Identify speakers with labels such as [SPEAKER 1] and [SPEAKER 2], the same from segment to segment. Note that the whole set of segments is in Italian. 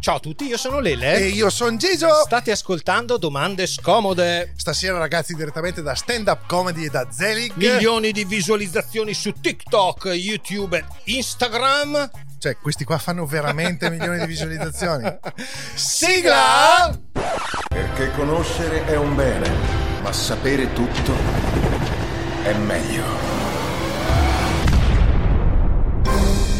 [SPEAKER 1] Ciao a tutti, io sono Lele.
[SPEAKER 2] E io sono Giso.
[SPEAKER 1] State ascoltando domande scomode.
[SPEAKER 2] Stasera, ragazzi, direttamente da Stand Up Comedy e da Zelig.
[SPEAKER 1] Milioni di visualizzazioni su TikTok, YouTube e Instagram.
[SPEAKER 2] Cioè, questi qua fanno veramente milioni di visualizzazioni.
[SPEAKER 1] Sigla!
[SPEAKER 3] Perché conoscere è un bene, ma sapere tutto è meglio.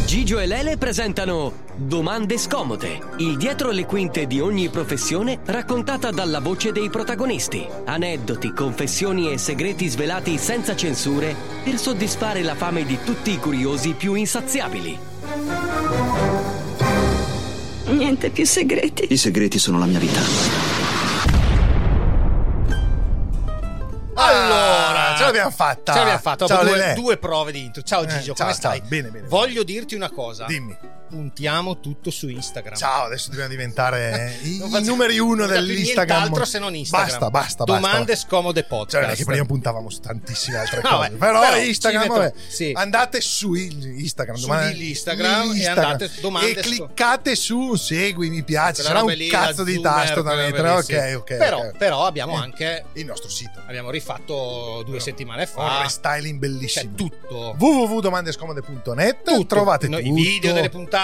[SPEAKER 4] Gigio e Lele presentano Domande scomode, il dietro le quinte di ogni professione raccontata dalla voce dei protagonisti. Aneddoti, confessioni e segreti svelati senza censure per soddisfare la fame di tutti i curiosi più insaziabili.
[SPEAKER 5] Niente più segreti.
[SPEAKER 6] I segreti sono la mia vita.
[SPEAKER 2] Allora, ce l'abbiamo fatta.
[SPEAKER 1] Ah, Ce l'abbiamo fatta.
[SPEAKER 2] Ciao,
[SPEAKER 1] Dopo due,
[SPEAKER 2] Lele.
[SPEAKER 1] due prove di intro. Ciao Gigio,
[SPEAKER 2] Eh,
[SPEAKER 1] come
[SPEAKER 2] ciao,
[SPEAKER 1] stai?
[SPEAKER 2] ciao. Bene, bene.
[SPEAKER 1] Voglio dirti una cosa.
[SPEAKER 2] Dimmi.
[SPEAKER 1] Puntiamo tutto su Instagram.
[SPEAKER 2] Ciao, adesso dobbiamo diventare eh, i
[SPEAKER 1] Non
[SPEAKER 2] i
[SPEAKER 1] faccio-
[SPEAKER 2] numeri uno
[SPEAKER 1] non faccio
[SPEAKER 2] dell'Instagram.
[SPEAKER 1] nient'altro se non Instagram.
[SPEAKER 2] Basta, basta, basta.
[SPEAKER 1] Domande scomode podcast.
[SPEAKER 2] Cioè, non è che prima puntavamo su tantissime altre
[SPEAKER 1] No,
[SPEAKER 2] cose.
[SPEAKER 1] beh,
[SPEAKER 2] però,
[SPEAKER 1] però
[SPEAKER 2] Instagram,
[SPEAKER 1] ci metto-
[SPEAKER 2] vabbè.
[SPEAKER 1] sì.
[SPEAKER 2] andate su il- Instagram,
[SPEAKER 1] Su
[SPEAKER 2] domani-
[SPEAKER 1] di Instagram e andate su domande sco-
[SPEAKER 2] e cliccate su segui, mi piace.
[SPEAKER 1] Quella
[SPEAKER 2] Sarà
[SPEAKER 1] roba
[SPEAKER 2] un
[SPEAKER 1] lì,
[SPEAKER 2] cazzo
[SPEAKER 1] la
[SPEAKER 2] di
[SPEAKER 1] Zoom,
[SPEAKER 2] tasto da
[SPEAKER 1] quella roba
[SPEAKER 2] mettere.
[SPEAKER 1] lì,
[SPEAKER 2] Ok,
[SPEAKER 1] sì.
[SPEAKER 2] ok.
[SPEAKER 1] Però,
[SPEAKER 2] ok.
[SPEAKER 1] però abbiamo
[SPEAKER 2] Eh,
[SPEAKER 1] anche.
[SPEAKER 2] il nostro sito.
[SPEAKER 1] Abbiamo rifatto due
[SPEAKER 2] Però,
[SPEAKER 1] settimane
[SPEAKER 2] Un
[SPEAKER 1] fa.
[SPEAKER 2] restyling bellissimo.
[SPEAKER 1] Cioè, tutto.
[SPEAKER 2] www.domandescomode.net Eh, trovate
[SPEAKER 1] No,
[SPEAKER 2] tutto.
[SPEAKER 1] i video delle puntate,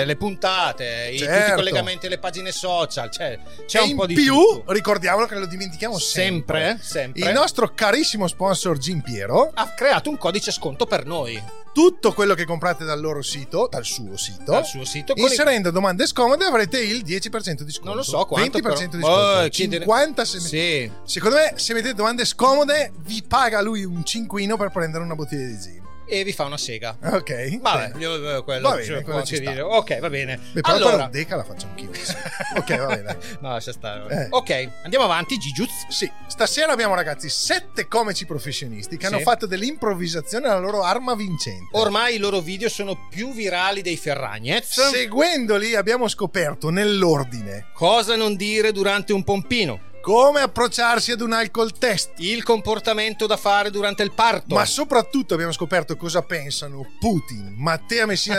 [SPEAKER 1] eh, le puntate, i- tutti i
[SPEAKER 2] Certo.
[SPEAKER 1] collegamenti alle pagine social. C'è, c'è
[SPEAKER 2] E
[SPEAKER 1] un
[SPEAKER 2] in
[SPEAKER 1] po' di
[SPEAKER 2] più,
[SPEAKER 1] tutto.
[SPEAKER 2] ricordiamolo che lo dimentichiamo sempre.
[SPEAKER 1] sempre, sempre.
[SPEAKER 2] Il nostro carissimo sponsor Gimpiero,
[SPEAKER 1] ha creato un codice sconto per noi
[SPEAKER 2] Certo. tutto quello che comprate dal loro sito, dal suo sito,
[SPEAKER 1] dal suo sito. con i-
[SPEAKER 2] inserendo domande scomode avrete il 10% di sconto.
[SPEAKER 1] non lo so quanto
[SPEAKER 2] 20% di
[SPEAKER 1] però-
[SPEAKER 2] sconto.
[SPEAKER 1] Oh, chiedere-
[SPEAKER 2] 50 se mettete-
[SPEAKER 1] Sì.
[SPEAKER 2] Secondo me se mettete domande scomode vi paga lui un cinquino per prendere una bottiglia di gin.
[SPEAKER 1] E vi fa una sega.
[SPEAKER 2] Ok.
[SPEAKER 1] Vabbè,
[SPEAKER 2] Bene.
[SPEAKER 1] io, eh, quello,
[SPEAKER 2] Va bene,
[SPEAKER 1] cioè,
[SPEAKER 2] quello
[SPEAKER 1] può
[SPEAKER 2] ci
[SPEAKER 1] anche
[SPEAKER 2] sta.
[SPEAKER 1] dire. Ok, va bene.
[SPEAKER 2] Beh, però per
[SPEAKER 1] allora,
[SPEAKER 2] un deca la faccio anch'io. ok, va bene.
[SPEAKER 1] no, lascia stare. vabbè.
[SPEAKER 2] Eh.
[SPEAKER 1] Ok, andiamo avanti. Gigiuz.
[SPEAKER 2] Sì, stasera abbiamo ragazzi sette comici professionisti che
[SPEAKER 1] Sì.
[SPEAKER 2] hanno fatto dell'improvvisazione la loro arma vincente.
[SPEAKER 1] Ormai i loro video sono più virali dei Ferragnez.
[SPEAKER 2] Seguendoli abbiamo scoperto nell'ordine
[SPEAKER 1] Cosa non dire durante un pompino?
[SPEAKER 2] come approcciarsi ad un alcol test,
[SPEAKER 1] Il comportamento da fare durante il parto.
[SPEAKER 2] ma soprattutto abbiamo scoperto cosa pensano Putin, Matteo Messina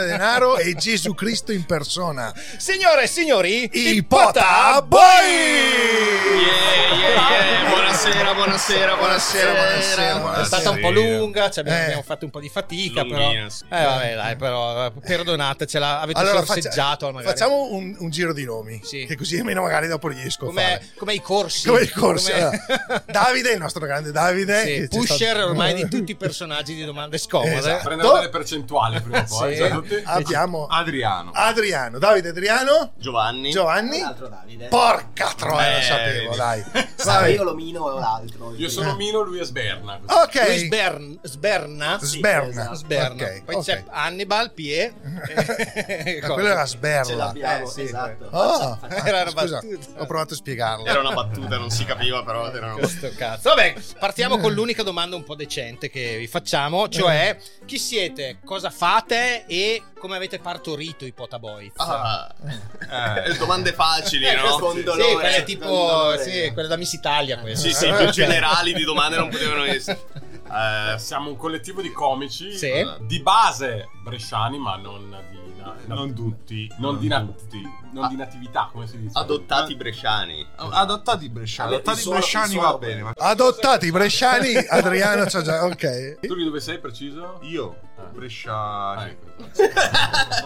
[SPEAKER 2] Denaro e Gesù Cristo in persona.
[SPEAKER 1] Signore e signori,
[SPEAKER 2] Il Pota Boy!
[SPEAKER 7] Yeah, yeah, yeah. Buonasera, buonasera,
[SPEAKER 2] Buonasera,
[SPEAKER 7] buonasera, buonasera.
[SPEAKER 2] buonasera.
[SPEAKER 1] È stata un po' lunga, ci abbiamo,
[SPEAKER 2] Eh.
[SPEAKER 1] abbiamo fatto un po' di fatica,
[SPEAKER 7] Lunghina, sì.
[SPEAKER 1] però. Eh, vabbè, dai, però eh, perdonatecela, avete
[SPEAKER 2] Allora
[SPEAKER 1] sorseggiato
[SPEAKER 2] faccia-
[SPEAKER 1] magari.
[SPEAKER 2] facciamo un, un giro di nomi,
[SPEAKER 1] Sì.
[SPEAKER 2] che così almeno magari dopo riesco a fare.
[SPEAKER 1] come, come i corsi.
[SPEAKER 2] come il corso.
[SPEAKER 1] Come-
[SPEAKER 2] Allora, Davide, il nostro grande Davide,
[SPEAKER 1] Sì,
[SPEAKER 2] che c'è
[SPEAKER 1] pusher
[SPEAKER 2] stato-
[SPEAKER 1] ormai di tutti i personaggi di domande scomode.
[SPEAKER 2] Esatto.
[SPEAKER 7] Prendiamo delle percentuali prima o poi.
[SPEAKER 1] Sì.
[SPEAKER 7] già tutti.
[SPEAKER 2] Abbiamo
[SPEAKER 7] Adriano.
[SPEAKER 2] Adriano, Davide Adriano,
[SPEAKER 8] Giovanni.
[SPEAKER 2] Giovanni.
[SPEAKER 9] L'altro Davide.
[SPEAKER 2] Porca troia, lo
[SPEAKER 7] Eh,
[SPEAKER 2] sapevo,
[SPEAKER 7] vedi.
[SPEAKER 2] dai.
[SPEAKER 9] Sarà
[SPEAKER 2] Vabbè.
[SPEAKER 9] io l'omino e l'altro.
[SPEAKER 7] Io sono Mino, lui è Sberna. così.
[SPEAKER 2] Ok.
[SPEAKER 1] Lui sbern- sberna.
[SPEAKER 9] Sì,
[SPEAKER 2] Sberna.
[SPEAKER 9] esatto.
[SPEAKER 1] Sberna.
[SPEAKER 2] Ok,
[SPEAKER 1] Poi
[SPEAKER 2] ok. Eh,
[SPEAKER 1] c'è Hannibal, Pie. e-
[SPEAKER 2] Ma quello era
[SPEAKER 9] Ce
[SPEAKER 2] sberla.
[SPEAKER 9] l'abbiamo,
[SPEAKER 1] Eh, sì,
[SPEAKER 9] esatto.
[SPEAKER 2] Oh,
[SPEAKER 1] Era una
[SPEAKER 2] scusa,
[SPEAKER 1] battuta.
[SPEAKER 2] ho provato a spiegarlo.
[SPEAKER 8] Era una battuta, non si capiva, però era
[SPEAKER 2] Oh,
[SPEAKER 8] una
[SPEAKER 1] Questo cazzo. Vabbè, partiamo con l'unica domanda un po' decente che vi facciamo, cioè
[SPEAKER 2] Eh.
[SPEAKER 1] chi siete, cosa fate e come avete partorito i Potaboy?
[SPEAKER 8] Ah, eh, domande facili, no?
[SPEAKER 9] Sì,
[SPEAKER 1] sì,
[SPEAKER 9] dolore,
[SPEAKER 1] quelle
[SPEAKER 9] con
[SPEAKER 1] tipo
[SPEAKER 9] dolore.
[SPEAKER 1] sì, quelle da Miss Italia queste.
[SPEAKER 8] Sì, sì, più generali di domande non potevano essere. Eh,
[SPEAKER 7] Siamo un collettivo di comici
[SPEAKER 1] Sì.
[SPEAKER 7] eh, di base bresciani, ma non di na- non tutti, non di nati- non di
[SPEAKER 8] Ah.
[SPEAKER 7] natività, come si dice.
[SPEAKER 8] adottati bresciani.
[SPEAKER 7] Adottati bresciani. Adottati
[SPEAKER 9] solo-
[SPEAKER 7] bresciani
[SPEAKER 9] solo-
[SPEAKER 7] va bene. ma-
[SPEAKER 2] Adottati i bresciani, Adriano c'ha già, ok.
[SPEAKER 7] Tu di dove sei preciso?
[SPEAKER 8] Io
[SPEAKER 6] Brescia.
[SPEAKER 7] Ah,
[SPEAKER 6] sì.
[SPEAKER 7] ecco.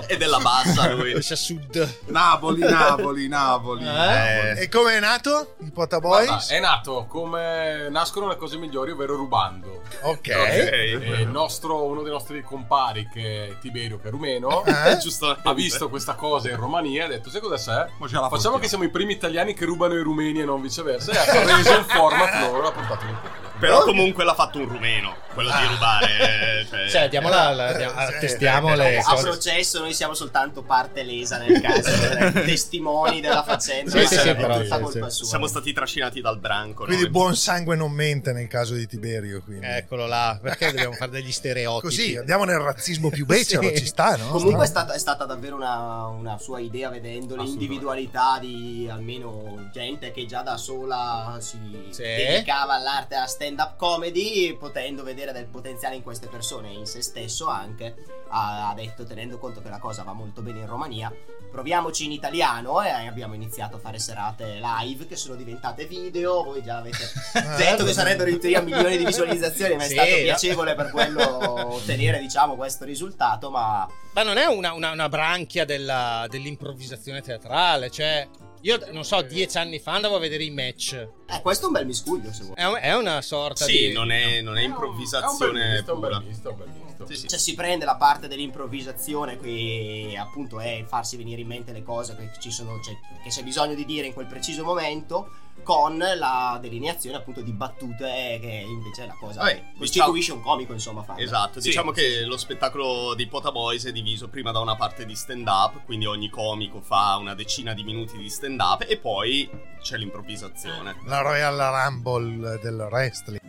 [SPEAKER 8] È della bassa lui.
[SPEAKER 1] Questa Ah, sud.
[SPEAKER 6] Napoli, Napoli, Napoli.
[SPEAKER 1] Eh?
[SPEAKER 6] Napoli.
[SPEAKER 2] E come è nato il Potaboy?
[SPEAKER 7] Guarda, Ah, è nato come nascono le cose migliori, ovvero rubando.
[SPEAKER 2] ok.
[SPEAKER 8] eh,
[SPEAKER 7] E il nostro- uno dei nostri compari, che è Tiberio, che è rumeno,
[SPEAKER 2] Eh?
[SPEAKER 8] Giusto?
[SPEAKER 7] ha visto questa cosa in Romania e ha detto: Sai cosa c'è?
[SPEAKER 6] Mo ce la
[SPEAKER 7] Facciamo
[SPEAKER 6] portiamo."
[SPEAKER 7] che siamo i primi italiani che rubano i rumeni e non viceversa. E ha preso il format loro e l'ha portato in Italia.
[SPEAKER 8] Però comunque l'ha fatto un rumeno, quello di rubare. eh, Cioè,
[SPEAKER 1] Ah. Cioè, diamola, la- dia-
[SPEAKER 2] Eh, sì,
[SPEAKER 1] testiamo le
[SPEAKER 9] a
[SPEAKER 1] cose.
[SPEAKER 9] processo noi siamo soltanto parte lesa nel caso, eh, testimoni della faccenda,
[SPEAKER 1] Sì,
[SPEAKER 9] ma
[SPEAKER 1] sì,
[SPEAKER 9] è
[SPEAKER 1] sì,
[SPEAKER 9] tutta
[SPEAKER 1] però, sì,
[SPEAKER 9] colpa
[SPEAKER 1] sì.
[SPEAKER 9] sua.
[SPEAKER 8] siamo stati trascinati dal branco.
[SPEAKER 2] Quindi
[SPEAKER 8] noi.
[SPEAKER 2] buon sangue non mente nel caso di Tiberio. Quindi.
[SPEAKER 1] Eccolo là, perché dobbiamo fare degli stereotipi?
[SPEAKER 2] Così andiamo nel razzismo più becero,
[SPEAKER 1] Sì.
[SPEAKER 2] ci sta, no?
[SPEAKER 9] Comunque è
[SPEAKER 2] Sta-
[SPEAKER 9] stata, è stata davvero una, una sua idea vedendo
[SPEAKER 7] Assolutamente.
[SPEAKER 9] l'individualità di almeno gente che già da sola si
[SPEAKER 1] Sì.
[SPEAKER 9] dedicava all'arte, alla stand-up comedy, potendo vedere del potenziale in queste persone e in se stesso anche, ha, ha detto tenendo conto che la cosa va molto bene in Romania, proviamoci in italiano e abbiamo iniziato a fare serate live che sono diventate video, voi già avete detto che sarebbero in teoria milioni di visualizzazioni, ma è
[SPEAKER 1] Ah, Sì,
[SPEAKER 9] stato
[SPEAKER 1] no?
[SPEAKER 9] piacevole per quello ottenere diciamo questo risultato, ma...
[SPEAKER 1] Ma non è una, una- una branchia della- dell'improvvisazione teatrale, cioè... Io non so, dieci anni fa andavo a vedere i match.
[SPEAKER 9] Eh, questo è un bel miscuglio, se vuoi.
[SPEAKER 1] È, un- è una sorta
[SPEAKER 8] Sì,
[SPEAKER 1] di...
[SPEAKER 8] non è, eh, non è
[SPEAKER 7] È un
[SPEAKER 8] improvvisazione
[SPEAKER 7] bel misto, è un bel
[SPEAKER 8] pura.
[SPEAKER 7] misto, è un bel misto.
[SPEAKER 8] Sì, sì.
[SPEAKER 9] Cioè, si prende la parte dell'improvvisazione che appunto è farsi venire in mente le cose che, ci sono, cioè, che c'è bisogno di dire in quel preciso momento con la delineazione appunto di battute che invece è la cosa
[SPEAKER 8] Vabbè,
[SPEAKER 9] che
[SPEAKER 8] diciamo-
[SPEAKER 9] costituisce un comico insomma farla.
[SPEAKER 8] Esatto,
[SPEAKER 6] Sì.
[SPEAKER 8] diciamo che lo spettacolo di Pota Boys è diviso prima da una parte di stand up, quindi ogni comico fa una decina di minuti di stand up e poi c'è l'improvvisazione,
[SPEAKER 2] La Royal Rumble del wrestling.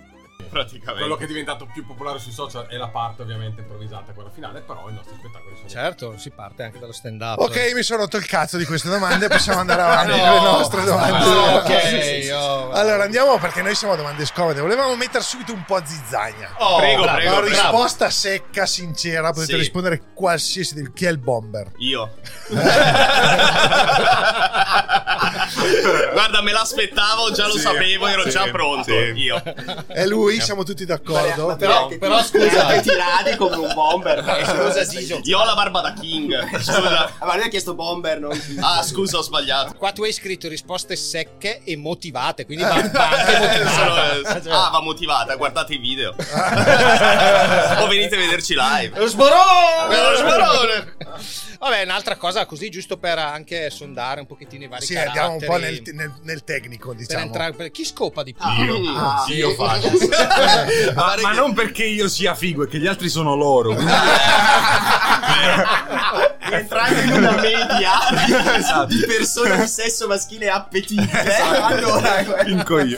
[SPEAKER 8] praticamente.
[SPEAKER 7] Quello che è diventato più popolare sui social è la parte ovviamente improvvisata, quella finale, però i nostri spettacoli sono...
[SPEAKER 8] Cioè,
[SPEAKER 1] Certo, si parte anche dallo stand-up.
[SPEAKER 2] Ok, mi sono rotto il cazzo di queste domande, possiamo andare avanti
[SPEAKER 1] No.
[SPEAKER 2] con le nostre domande.
[SPEAKER 1] Ah, ok,
[SPEAKER 2] Sì, sì, sì.
[SPEAKER 1] oh, vabbè.
[SPEAKER 2] allora andiamo perché noi siamo a domande scomode. Volevamo mettere subito un po' a zizzagna.
[SPEAKER 8] Oh, prego,
[SPEAKER 1] bravo,
[SPEAKER 8] prego,
[SPEAKER 2] Una
[SPEAKER 8] bravo.
[SPEAKER 2] risposta secca, sincera, potete
[SPEAKER 8] Sì.
[SPEAKER 2] rispondere qualsiasi del chi è il bomber.
[SPEAKER 8] Io. Guarda, me l'aspettavo, già lo
[SPEAKER 6] Sì,
[SPEAKER 8] sapevo, ero
[SPEAKER 6] sì,
[SPEAKER 8] già pronto.
[SPEAKER 6] sì.
[SPEAKER 8] Io.
[SPEAKER 2] È lui, siamo tutti d'accordo.
[SPEAKER 9] Ma-
[SPEAKER 1] Però-
[SPEAKER 9] ma-
[SPEAKER 1] però scusa.
[SPEAKER 9] ti tirati come un bomber.
[SPEAKER 1] Eh, scusa, Gigio.
[SPEAKER 8] Io ho la barba da King. Scusa.
[SPEAKER 9] Ah, Ma lui ha chiesto bomber, non
[SPEAKER 8] Ah, scusa, ho sbagliato.
[SPEAKER 1] Qua tu hai scritto risposte secche e motivate, quindi va, va
[SPEAKER 2] Eh,
[SPEAKER 1] anche motivata.
[SPEAKER 8] Sono- ah, va motivata, guardate i video.
[SPEAKER 2] Ah,
[SPEAKER 8] o venite a vederci live.
[SPEAKER 1] Lo sborone!
[SPEAKER 8] Lo sborone!
[SPEAKER 1] Vabbè, un'altra cosa così, giusto per anche sondare un pochettino i vari
[SPEAKER 2] Sì,
[SPEAKER 1] caratteri.
[SPEAKER 2] andiamo un po' nel, nel- nel tecnico,
[SPEAKER 1] per
[SPEAKER 2] diciamo.
[SPEAKER 1] entrare, per- chi scopa di più?
[SPEAKER 8] Io.
[SPEAKER 9] Ah,
[SPEAKER 8] Io
[SPEAKER 9] sì.
[SPEAKER 8] faccio.
[SPEAKER 6] Ma, ma non perché io sia figo, è che gli altri sono loro. quindi-
[SPEAKER 9] Entrando in una media
[SPEAKER 6] Esatto.
[SPEAKER 9] di persone di sesso maschile appetite. Allora,
[SPEAKER 6] Vinco io.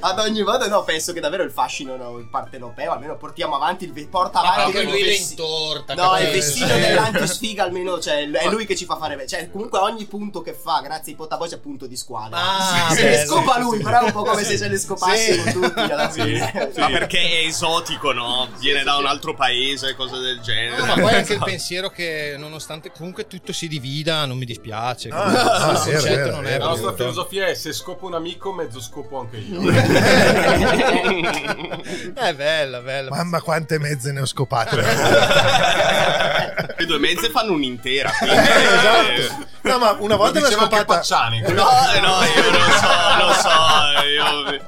[SPEAKER 9] Ad ogni modo, no, penso che davvero il fascino no, in parte europeo, almeno portiamo avanti il ve- porta
[SPEAKER 1] Ma
[SPEAKER 9] avanti
[SPEAKER 1] perché Ah,
[SPEAKER 9] il
[SPEAKER 1] lui è
[SPEAKER 9] ah, vesti-
[SPEAKER 1] intorta.
[SPEAKER 9] No, il
[SPEAKER 1] capito? Eh.
[SPEAKER 9] vestito
[SPEAKER 1] Sì.
[SPEAKER 9] dell'antisfiga almeno, cioè, è lui che ci fa fare. Cioè, comunque ogni punto che fa, grazie ai potavoce, è punto di squadra.
[SPEAKER 1] Ah,
[SPEAKER 9] se
[SPEAKER 1] bello.
[SPEAKER 9] ne scopa lui, però è un po' come se ce ne scopassimo
[SPEAKER 1] Sì.
[SPEAKER 9] tutti alla fine.
[SPEAKER 8] Ma perché è esotico, no? Viene da un altro paese, cose del genere.
[SPEAKER 1] No, ma poi anche il pensiero che nonostante comunque tutto si divida, non mi dispiace.
[SPEAKER 2] Ah,
[SPEAKER 1] comunque
[SPEAKER 2] ah,
[SPEAKER 1] il
[SPEAKER 2] sì, è
[SPEAKER 1] concetto
[SPEAKER 2] vero,
[SPEAKER 1] non
[SPEAKER 2] è
[SPEAKER 1] è
[SPEAKER 7] La
[SPEAKER 2] vero.
[SPEAKER 1] brutto.
[SPEAKER 7] nostra filosofia è se scopo un amico, mezzo scopo anche io.
[SPEAKER 1] È Eh, bella, bella.
[SPEAKER 2] Mamma quante mezze ne ho scopate.
[SPEAKER 8] Le due mezze fanno un'intera. quindi-
[SPEAKER 9] Eh,
[SPEAKER 2] esatto. No, ma una volta ne ho
[SPEAKER 7] Diceva anche
[SPEAKER 2] scopata.
[SPEAKER 7] Pacciani.
[SPEAKER 8] No, Eh, no,
[SPEAKER 6] eh,
[SPEAKER 8] io non so, non so, io me-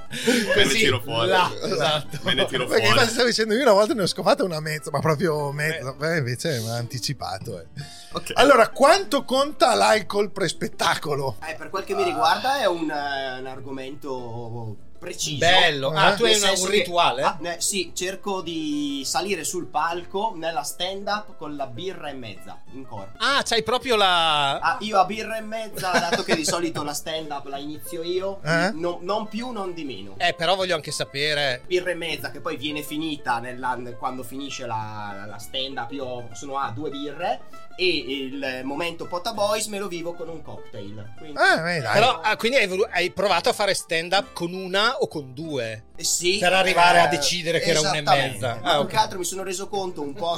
[SPEAKER 8] me ne
[SPEAKER 1] Così,
[SPEAKER 8] tiro fuori.
[SPEAKER 1] là, esatto.
[SPEAKER 8] Me ne tiro
[SPEAKER 2] Perché infatti
[SPEAKER 8] fuori.
[SPEAKER 2] stavo dicendo io una volta ne ho scopata una mezza, ma proprio mezza. Beh, invece mi ha anticipato. eh.
[SPEAKER 8] Ok.
[SPEAKER 2] Allora, quanto conta l'alcol pre spettacolo?
[SPEAKER 9] Eh, per quel che mi riguarda è un, eh, un argomento preciso.
[SPEAKER 1] Bello. Ah,
[SPEAKER 2] Eh?
[SPEAKER 1] tu hai
[SPEAKER 9] Nel
[SPEAKER 1] una-
[SPEAKER 9] senso
[SPEAKER 1] un
[SPEAKER 9] che-
[SPEAKER 1] rituale?
[SPEAKER 9] Ah, ne- sì, cerco di salire sul palco nella stand up con la birra e mezza in corpo.
[SPEAKER 1] Ah, c'hai proprio la...
[SPEAKER 9] Ah, io a birra e mezza, dato che di solito la stand up la inizio io,
[SPEAKER 2] Eh?
[SPEAKER 9] no- non più, non di meno.
[SPEAKER 1] Eh, però voglio anche sapere...
[SPEAKER 9] Birra e mezza che poi viene finita nella- quando finisce la, la stand up. Io sono a due birre e il momento Pota Boys me lo vivo con un cocktail. Quindi,
[SPEAKER 2] Eh, beh, dai.
[SPEAKER 1] Però, ah, quindi hai, volu- hai provato a fare stand up con una una o con due?
[SPEAKER 9] Eh, Sì,
[SPEAKER 1] Per arrivare a
[SPEAKER 9] eh,
[SPEAKER 1] decidere che era una e
[SPEAKER 9] esattamente.
[SPEAKER 1] mezza.
[SPEAKER 9] Ma
[SPEAKER 1] Ah,
[SPEAKER 9] più
[SPEAKER 1] ok.
[SPEAKER 9] che altro mi sono reso conto un po'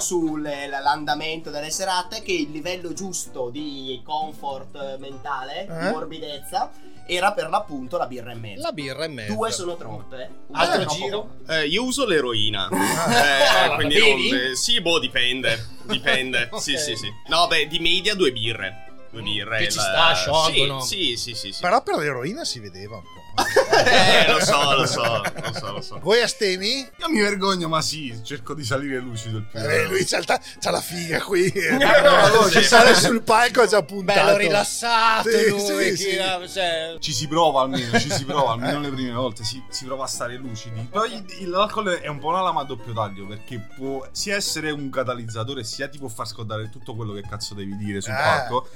[SPEAKER 9] sull'andamento delle serate che il livello giusto di comfort eh, mentale, di
[SPEAKER 1] Eh?
[SPEAKER 9] morbidezza, era per l'appunto la birra e mezza.
[SPEAKER 1] La birra e mezza.
[SPEAKER 9] Due sono troppe. eh. una
[SPEAKER 7] Ah,
[SPEAKER 9] è
[SPEAKER 1] Altro
[SPEAKER 9] troppo
[SPEAKER 1] giro?
[SPEAKER 8] Eh, io uso l'eroina.
[SPEAKER 1] Ah,
[SPEAKER 8] eh, quindi
[SPEAKER 1] la
[SPEAKER 8] non,
[SPEAKER 1] bevi?
[SPEAKER 8] eh, sì, boh, dipende. Dipende. Sì, sì, sì. No, beh, di media due birre.
[SPEAKER 9] Mm.
[SPEAKER 8] Due birre.
[SPEAKER 1] che ci sta, sciolgono.
[SPEAKER 8] Sì, sì, sì, sì, sì.
[SPEAKER 2] Però per l'eroina si vedeva un po'.
[SPEAKER 8] Eh, lo so, lo so, lo so, lo
[SPEAKER 7] Ah.
[SPEAKER 8] so.
[SPEAKER 2] Voi astemi?
[SPEAKER 6] Io mi vergogno, ma sì, cerco di salire lucido il più.
[SPEAKER 2] Eh, lui c'ha, il ta- c'ha la figa qui.
[SPEAKER 6] no,
[SPEAKER 2] Ci
[SPEAKER 6] sì.
[SPEAKER 2] sale sul palco e già puntato.
[SPEAKER 1] Bello rilassato
[SPEAKER 2] Sì,
[SPEAKER 1] lui.
[SPEAKER 2] sì,
[SPEAKER 1] che
[SPEAKER 2] sì.
[SPEAKER 1] era- cioè,
[SPEAKER 6] Ci si prova almeno, ci si prova almeno le prime volte, si, si prova a stare lucidi. Però il- l'alcol è un po' una lama a doppio taglio perché può sia essere un catalizzatore, sia ti può far scordare tutto quello che cazzo devi dire sul
[SPEAKER 2] Eh.
[SPEAKER 6] palco.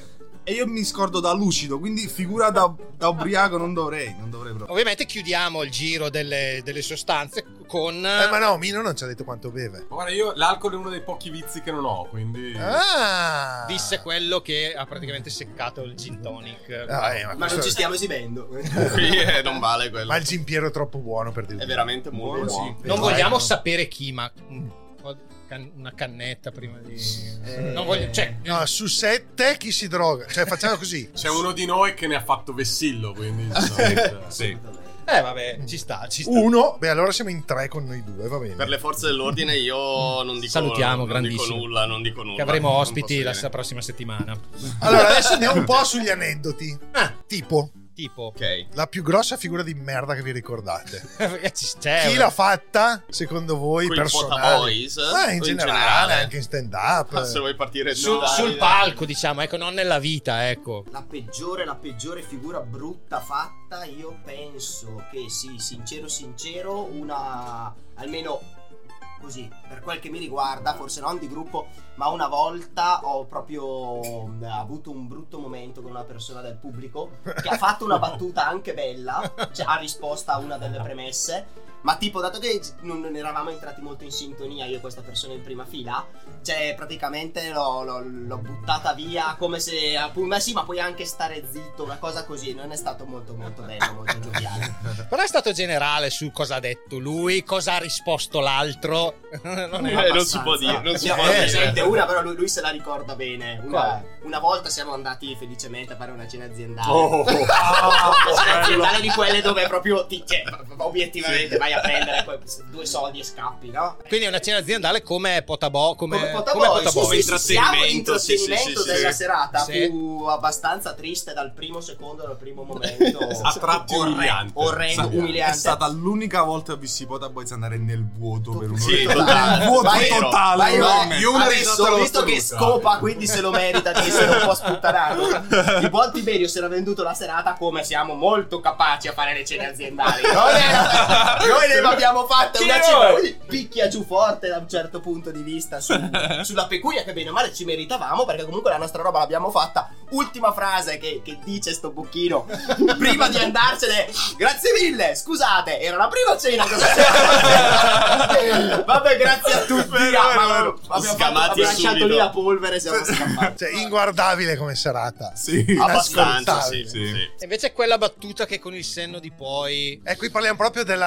[SPEAKER 6] E io mi scordo da lucido, quindi figura da, da ubriaco non dovrei, non dovrei proprio.
[SPEAKER 1] Ovviamente chiudiamo il giro delle, delle sostanze con...
[SPEAKER 2] Eh, ma no, Mino non ci ha detto quanto beve.
[SPEAKER 7] Guarda, io l'alcol è uno dei pochi vizi che non ho, quindi...
[SPEAKER 8] Eh,
[SPEAKER 2] Ah!
[SPEAKER 1] Disse quello che ha praticamente seccato il gin tonic.
[SPEAKER 2] Ah, eh, ma,
[SPEAKER 9] poco. Ma non ci
[SPEAKER 2] questo-
[SPEAKER 9] stiamo esibendo.
[SPEAKER 8] Qui eh, non vale quello.
[SPEAKER 2] ma il gimpiero è troppo buono per dirlo.
[SPEAKER 8] È veramente molto
[SPEAKER 6] Buono,
[SPEAKER 8] buono.
[SPEAKER 6] sì.
[SPEAKER 1] non
[SPEAKER 2] Eh,
[SPEAKER 1] vogliamo
[SPEAKER 2] no.
[SPEAKER 1] sapere chi, ma un po' di can- una cannetta prima di...
[SPEAKER 9] Eh.
[SPEAKER 1] Non voglio... Cioè,
[SPEAKER 2] No, su sette chi si droga? Cioè, facciamo così.
[SPEAKER 7] C'è uno di noi che ne ha fatto vessillo, quindi...
[SPEAKER 6] Sì.
[SPEAKER 1] eh vabbè, ci sta, ci sta.
[SPEAKER 8] Uh,
[SPEAKER 2] Uno, beh, allora siamo in tre con noi due, va bene.
[SPEAKER 8] Per le forze dell'ordine io non dico,
[SPEAKER 1] Salutiamo,
[SPEAKER 8] non dico
[SPEAKER 1] grandissimo.
[SPEAKER 8] nulla, non dico nulla.
[SPEAKER 1] Che avremo
[SPEAKER 8] Non
[SPEAKER 1] ospiti la
[SPEAKER 8] posso
[SPEAKER 1] s- prossima settimana.
[SPEAKER 2] Allora, adesso andiamo un po' sugli aneddoti.
[SPEAKER 8] Ah,
[SPEAKER 2] Tipo,
[SPEAKER 1] Tipo,
[SPEAKER 8] dire.
[SPEAKER 2] la più grossa figura di merda che vi ricordate.
[SPEAKER 1] perché ci
[SPEAKER 8] Eh,
[SPEAKER 1] cioè, c'è.
[SPEAKER 2] Chi l'ha fatta, secondo voi,
[SPEAKER 8] Ok. Qui
[SPEAKER 2] personale?
[SPEAKER 8] Boys.
[SPEAKER 1] Eh,
[SPEAKER 2] Ma in generale, anche in stand-up.
[SPEAKER 8] Ah, se vuoi partire
[SPEAKER 1] Su-
[SPEAKER 8] tu,
[SPEAKER 1] sul
[SPEAKER 8] Davide.
[SPEAKER 1] palco, diciamo, ecco, non nella vita, ecco.
[SPEAKER 9] La peggiore, la peggiore figura brutta fatta, io penso che sì, sincero, sincero, una almeno così, per quel che mi riguarda, forse non di gruppo, ma una volta ho proprio mh, avuto un brutto momento con una persona del pubblico che ha fatto una battuta anche bella, cioè ha risposto a una delle premesse. Ma tipo, dato che non non eravamo entrati molto in sintonia, io e questa persona in prima fila, cioè, praticamente l'ho, l'ho- l'ho buttata via come se appunto. Ma sì, ma puoi anche stare zitto, una cosa così. Non è stato molto molto bello, molto gioviale.
[SPEAKER 1] Però è stato generale su cosa ha detto lui, cosa ha risposto l'altro. non
[SPEAKER 8] Eh,
[SPEAKER 1] è...
[SPEAKER 8] non si può dire, non si
[SPEAKER 9] Abbiamo
[SPEAKER 8] può dire.
[SPEAKER 9] presente una, però lui, lui se la ricorda bene. Una,
[SPEAKER 1] Quale?
[SPEAKER 9] una volta siamo andati felicemente a fare una cena aziendale.
[SPEAKER 7] Oh,
[SPEAKER 9] Una cena
[SPEAKER 7] bello.
[SPEAKER 9] aziendale di quelle dove proprio ti, cioè, obiettivamente vai a prendere poi due soldi e scappi, no?
[SPEAKER 1] Quindi è una cena aziendale come Potabò, come,
[SPEAKER 9] come
[SPEAKER 1] come
[SPEAKER 9] Potaboi, sì,
[SPEAKER 1] Potaboi.
[SPEAKER 9] sì, sì, siamo in
[SPEAKER 8] Intrattenimento, sì, sì,
[SPEAKER 9] intrattenimento
[SPEAKER 8] sì, sì,
[SPEAKER 9] della
[SPEAKER 8] sì.
[SPEAKER 9] serata
[SPEAKER 1] Sì.
[SPEAKER 9] fu abbastanza triste dal primo secondo al primo momento
[SPEAKER 7] A tratti
[SPEAKER 9] Orre-
[SPEAKER 7] umiliante.
[SPEAKER 9] orrendo
[SPEAKER 7] Sì.
[SPEAKER 9] umiliante
[SPEAKER 6] È stata l'unica volta che ho visto i Potaboys andare nel vuoto per un
[SPEAKER 8] Sì,
[SPEAKER 9] totale.
[SPEAKER 6] Nel vuoto
[SPEAKER 9] Vai,
[SPEAKER 6] totale.
[SPEAKER 9] vai, vai.
[SPEAKER 6] io una
[SPEAKER 9] adesso
[SPEAKER 6] risata
[SPEAKER 9] ho
[SPEAKER 6] l'ho
[SPEAKER 9] visto che
[SPEAKER 6] sperduta.
[SPEAKER 9] scopa quindi se lo merita di essere un po' sputtanato il buon Tiberio si era venduto la serata come siamo molto capaci a fare le cene aziendali noi, ne- noi ne abbiamo fatte una cifra lui picchia giù forte da un certo punto di vista su- sulla pecunia che bene o male ci meritavamo perché comunque la nostra roba l'abbiamo fatta ultima frase che, che dice sto bocchino prima di andarsene grazie mille scusate era la prima cena che facevamo. vabbè grazie a tutti
[SPEAKER 6] Vero,
[SPEAKER 9] ah,
[SPEAKER 6] vero,
[SPEAKER 9] ma-
[SPEAKER 6] vero.
[SPEAKER 9] abbiamo fatto-
[SPEAKER 8] Sgamati
[SPEAKER 9] abbiamo lasciato
[SPEAKER 8] subito.
[SPEAKER 9] lì la polvere e siamo scappati
[SPEAKER 2] Cioè, inguardabile come serata.
[SPEAKER 6] Sì.
[SPEAKER 8] Abbastanza, sì,
[SPEAKER 2] Inascoltabile.
[SPEAKER 8] sì.
[SPEAKER 1] Invece quella battuta che con il senno di poi
[SPEAKER 2] E qui parliamo proprio della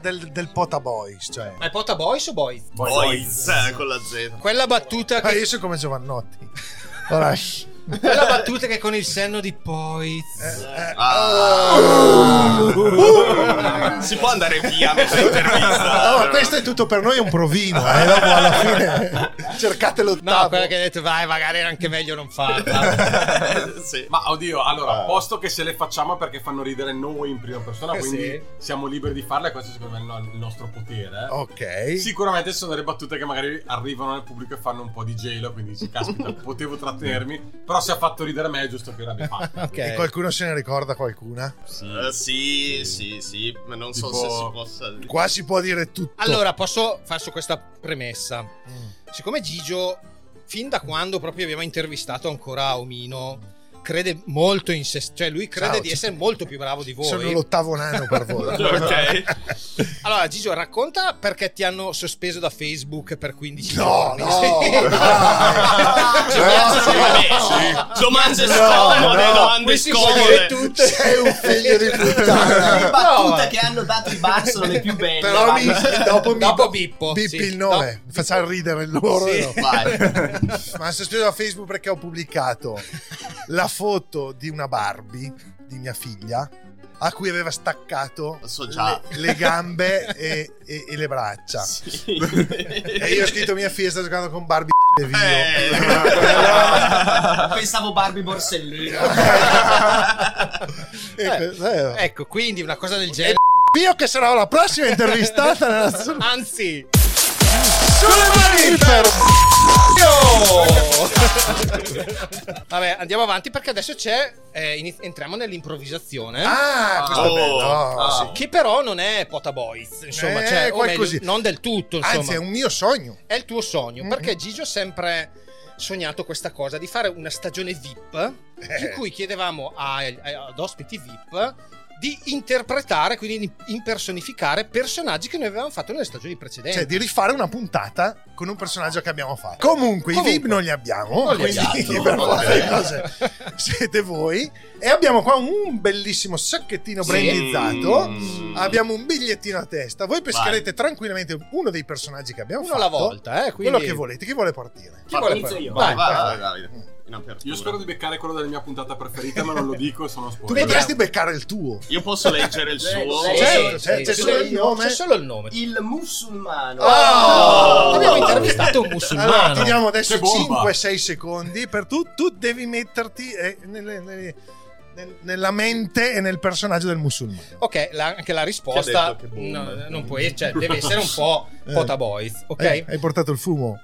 [SPEAKER 2] del, del Pota Boys, cioè.
[SPEAKER 1] Ma è Pota Boys o Boys?
[SPEAKER 8] Boys, eh, con la Z.
[SPEAKER 1] Quella battuta
[SPEAKER 2] Ah,
[SPEAKER 8] Eh.
[SPEAKER 1] che
[SPEAKER 2] io sono come Giovannotti. Ora,
[SPEAKER 1] Quella battuta che con il senno di Poiz.
[SPEAKER 8] Ah. Si può andare via mentre intervista.
[SPEAKER 2] Allora, questo è tutto per noi un provino, eh, dopo alla fine cercate l'ottavo.
[SPEAKER 1] No, quella che hai detto, vai, magari era anche meglio non farla.
[SPEAKER 8] Sì.
[SPEAKER 7] Ma oddio, allora, posto che se le facciamo perché fanno ridere noi in prima persona,
[SPEAKER 1] Eh,
[SPEAKER 7] quindi
[SPEAKER 1] sì.
[SPEAKER 7] siamo liberi di farle, questo secondo me è il no- il nostro potere.
[SPEAKER 2] Ok.
[SPEAKER 7] Sicuramente sono delle battute che magari arrivano nel pubblico e fanno un po' di gelo, quindi dici, caspita, potevo trattenermi, però se ha fatto ridere me è giusto che l'abbia fatto.
[SPEAKER 1] Ok.
[SPEAKER 2] E qualcuno se ne ricorda qualcuna?
[SPEAKER 8] Eh, sì, sì, sì, ma non so
[SPEAKER 7] Tipo-
[SPEAKER 8] se si possa.
[SPEAKER 2] Qua si può dire tutto. Mm.
[SPEAKER 1] Allora, posso far su questa premessa. Siccome Gigio, fin da quando proprio abbiamo intervistato ancora Omino, crede molto in se cioè lui crede
[SPEAKER 2] Ciao,
[SPEAKER 1] di
[SPEAKER 2] Gigio.
[SPEAKER 1] essere molto più bravo di voi.
[SPEAKER 2] sono l'ottavo nano per voi.
[SPEAKER 8] Ok.
[SPEAKER 1] Allora, Gigio, racconta perché ti hanno sospeso da Facebook per 15
[SPEAKER 2] No, Eh,
[SPEAKER 1] giorni. Sì.
[SPEAKER 2] no, dai.
[SPEAKER 8] Ci
[SPEAKER 2] No,
[SPEAKER 8] piace, vabbè. Domande
[SPEAKER 2] no, No,
[SPEAKER 8] scomode,
[SPEAKER 2] no.
[SPEAKER 8] domande
[SPEAKER 1] Questi sono dire
[SPEAKER 8] scomode.
[SPEAKER 1] tutte.
[SPEAKER 2] Sei un figlio di
[SPEAKER 9] Le
[SPEAKER 2] puttana.
[SPEAKER 9] battute
[SPEAKER 1] No.
[SPEAKER 9] che hanno dato i bar sono le più belle.
[SPEAKER 2] Però mi, dopo mi
[SPEAKER 1] Dopo Bippo,
[SPEAKER 2] Bippi
[SPEAKER 1] sì.
[SPEAKER 2] il nome, facciamo ridere loro.
[SPEAKER 1] Sì.
[SPEAKER 2] no?
[SPEAKER 8] Vai.
[SPEAKER 2] Ma sono sospeso da Facebook perché ho pubblicato la foto di una Barbie di mia figlia a cui aveva staccato
[SPEAKER 8] Lo so già.
[SPEAKER 1] Ah.
[SPEAKER 2] le, le gambe e, e- e le braccia.
[SPEAKER 8] Sì.
[SPEAKER 2] E io ho scritto mia figlia sta giocando con Barbie e vino.
[SPEAKER 8] Eh.
[SPEAKER 9] Pensavo Barbie Borsellino.
[SPEAKER 2] E questo è-
[SPEAKER 1] Ecco, quindi una cosa del genere.
[SPEAKER 2] Pio che sarà la prossima intervistata nella sulle
[SPEAKER 1] Anzi,
[SPEAKER 2] mani per
[SPEAKER 1] vabbè, andiamo avanti perché adesso c'è. eh, ini- entriamo nell'improvvisazione. Ah,
[SPEAKER 2] Ah, questo
[SPEAKER 8] Oh.
[SPEAKER 2] è bello. No, sì.
[SPEAKER 1] Che però non è Pota Boys, insomma,
[SPEAKER 2] Eh,
[SPEAKER 1] cioè, o meglio,
[SPEAKER 2] qualcosì.
[SPEAKER 1] non del tutto, insomma.
[SPEAKER 2] Anzi, è un mio sogno.
[SPEAKER 1] È il tuo sogno,
[SPEAKER 2] Mm.
[SPEAKER 1] perché Gigio ha sempre sognato questa cosa di fare una stagione VIP
[SPEAKER 2] Eh.
[SPEAKER 1] in cui chiedevamo a- a- ad ospiti VIP di interpretare, quindi di impersonificare personaggi che noi avevamo fatto nelle stagioni precedenti.
[SPEAKER 2] Cioè, di rifare una puntata con un personaggio che abbiamo fatto. Comunque,
[SPEAKER 1] Comunque.
[SPEAKER 2] i VIP non li abbiamo.
[SPEAKER 1] Non li
[SPEAKER 2] quindi,
[SPEAKER 1] abbiamo.
[SPEAKER 2] per forza di cose, siete voi. E abbiamo qua un bellissimo sacchettino
[SPEAKER 1] Sì.
[SPEAKER 2] brandizzato.
[SPEAKER 8] Mm.
[SPEAKER 2] Abbiamo un bigliettino a testa. Voi pescherete tranquillamente uno dei personaggi che abbiamo
[SPEAKER 1] Uno
[SPEAKER 2] fatto.
[SPEAKER 1] alla volta, eh, quindi-
[SPEAKER 2] Quello che volete. Chi vuole partire?
[SPEAKER 1] Chi vuole
[SPEAKER 9] Inizio
[SPEAKER 1] fare?
[SPEAKER 9] io.
[SPEAKER 8] Vai,
[SPEAKER 1] Vai.
[SPEAKER 8] vai, vai, Davide. In apertura.
[SPEAKER 7] Io spero di beccare quello della mia puntata preferita, ma non lo dico, sono
[SPEAKER 2] Tu
[SPEAKER 7] spoiler.
[SPEAKER 2] potresti beccare il tuo.
[SPEAKER 8] Io posso leggere il suo.
[SPEAKER 9] Sì.
[SPEAKER 1] Certo,
[SPEAKER 9] Sì,
[SPEAKER 1] certo,
[SPEAKER 2] c'è
[SPEAKER 1] c'è,
[SPEAKER 2] solo
[SPEAKER 1] solo
[SPEAKER 2] il nome.
[SPEAKER 1] c'è solo il nome.
[SPEAKER 9] Il musulmano.
[SPEAKER 2] Oh!
[SPEAKER 1] Abbiamo intervistato un musulmano.
[SPEAKER 2] Allora, ti diamo adesso
[SPEAKER 7] Che bomba.
[SPEAKER 2] 5-6 secondi per tu, tu devi metterti eh, nelle- nelle- nel- nella mente e nel personaggio del musulmano.
[SPEAKER 1] Ok, la- anche la
[SPEAKER 8] Chi ha
[SPEAKER 1] risposta
[SPEAKER 8] detto che bomba?
[SPEAKER 1] no, non puoi, cioè, deve essere un po' Pota Boys, ok?
[SPEAKER 2] Eh, hai portato il fumo?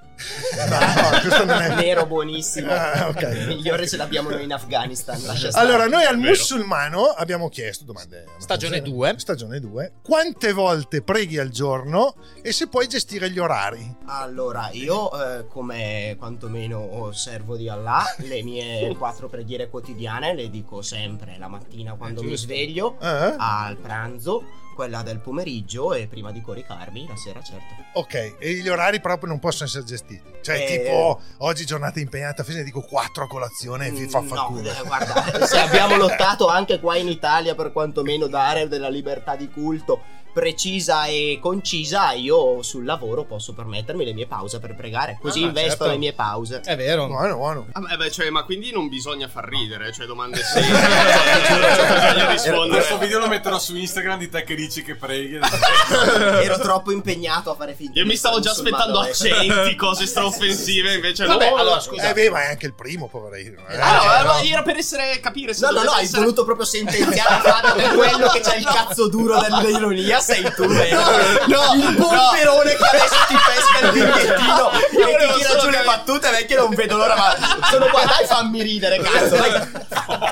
[SPEAKER 2] no, no, questo non è-
[SPEAKER 9] Nero buonissimo.
[SPEAKER 2] Ah, ok.
[SPEAKER 9] Il migliore ce l'abbiamo noi in Afghanistan. Lascia stare.
[SPEAKER 2] Allora, noi al
[SPEAKER 8] Vero.
[SPEAKER 2] musulmano abbiamo chiesto domande.
[SPEAKER 1] Stagione
[SPEAKER 2] abbastanza-
[SPEAKER 1] due.
[SPEAKER 2] Stagione 2. Quante volte preghi al giorno e se puoi gestire gli orari?
[SPEAKER 9] Allora, io eh, come quantomeno servo di Allah, le mie quattro preghiere quotidiane le dico sempre la mattina quando mi
[SPEAKER 1] giusto.
[SPEAKER 9] sveglio,
[SPEAKER 2] Eh?
[SPEAKER 9] al pranzo, quella del pomeriggio e prima di coricarmi la sera, certo.
[SPEAKER 2] Ok, e gli orari proprio non possono essere gestiti. Cioè,
[SPEAKER 9] Eh.
[SPEAKER 2] tipo, oggi giornata impegnata, fine dico 4 a colazione e vi fa
[SPEAKER 9] Mm,
[SPEAKER 2] fa
[SPEAKER 9] no,
[SPEAKER 2] culo.
[SPEAKER 9] eh, guarda, se abbiamo lottato anche qua in Italia per quantomeno dare della libertà di culto precisa e concisa, io sul lavoro posso permettermi le mie pause per pregare, così
[SPEAKER 1] Ah,
[SPEAKER 9] investo
[SPEAKER 1] certo.
[SPEAKER 9] le mie pause.
[SPEAKER 1] È vero.
[SPEAKER 2] Buono, buono.
[SPEAKER 8] Ah, beh, beh, cioè, ma quindi non bisogna far ridere, cioè domande serie. cioè,
[SPEAKER 1] eh,
[SPEAKER 8] bisogna
[SPEAKER 7] Questo
[SPEAKER 8] rispondere.
[SPEAKER 7] video lo metterò su Instagram di te che dici che preghi.
[SPEAKER 1] Certo.
[SPEAKER 9] Ero troppo impegnato a fare finta.
[SPEAKER 8] Io mi
[SPEAKER 9] di
[SPEAKER 8] stavo già
[SPEAKER 9] essere
[SPEAKER 8] aspettando
[SPEAKER 9] musulmano, eh.
[SPEAKER 8] accenti, cose straoffensive, invece
[SPEAKER 1] Vabbè,
[SPEAKER 8] no.
[SPEAKER 1] allora scusa.
[SPEAKER 2] Eh beh, ma è anche il primo, poverino. eh.
[SPEAKER 8] Ah, no,
[SPEAKER 2] Cioè,
[SPEAKER 8] eh, ma
[SPEAKER 2] no.
[SPEAKER 8] era per essere capire se
[SPEAKER 9] No, no, no,
[SPEAKER 8] dovesse
[SPEAKER 9] hai
[SPEAKER 8] essere-
[SPEAKER 9] voluto proprio sentenziare Fabio per quello che c'ha il cazzo duro dell'ironia, sei tu, vero?
[SPEAKER 8] No,
[SPEAKER 9] il
[SPEAKER 8] no.
[SPEAKER 9] polperone che adesso ti pesca il bigliettino
[SPEAKER 8] Io
[SPEAKER 9] e
[SPEAKER 8] volevo
[SPEAKER 9] ti tira
[SPEAKER 8] solo
[SPEAKER 9] giù le
[SPEAKER 8] capire-
[SPEAKER 9] battute, vecchio, non vedo l'ora, ma sono qua, dai, fammi ridere, cazzo, dai.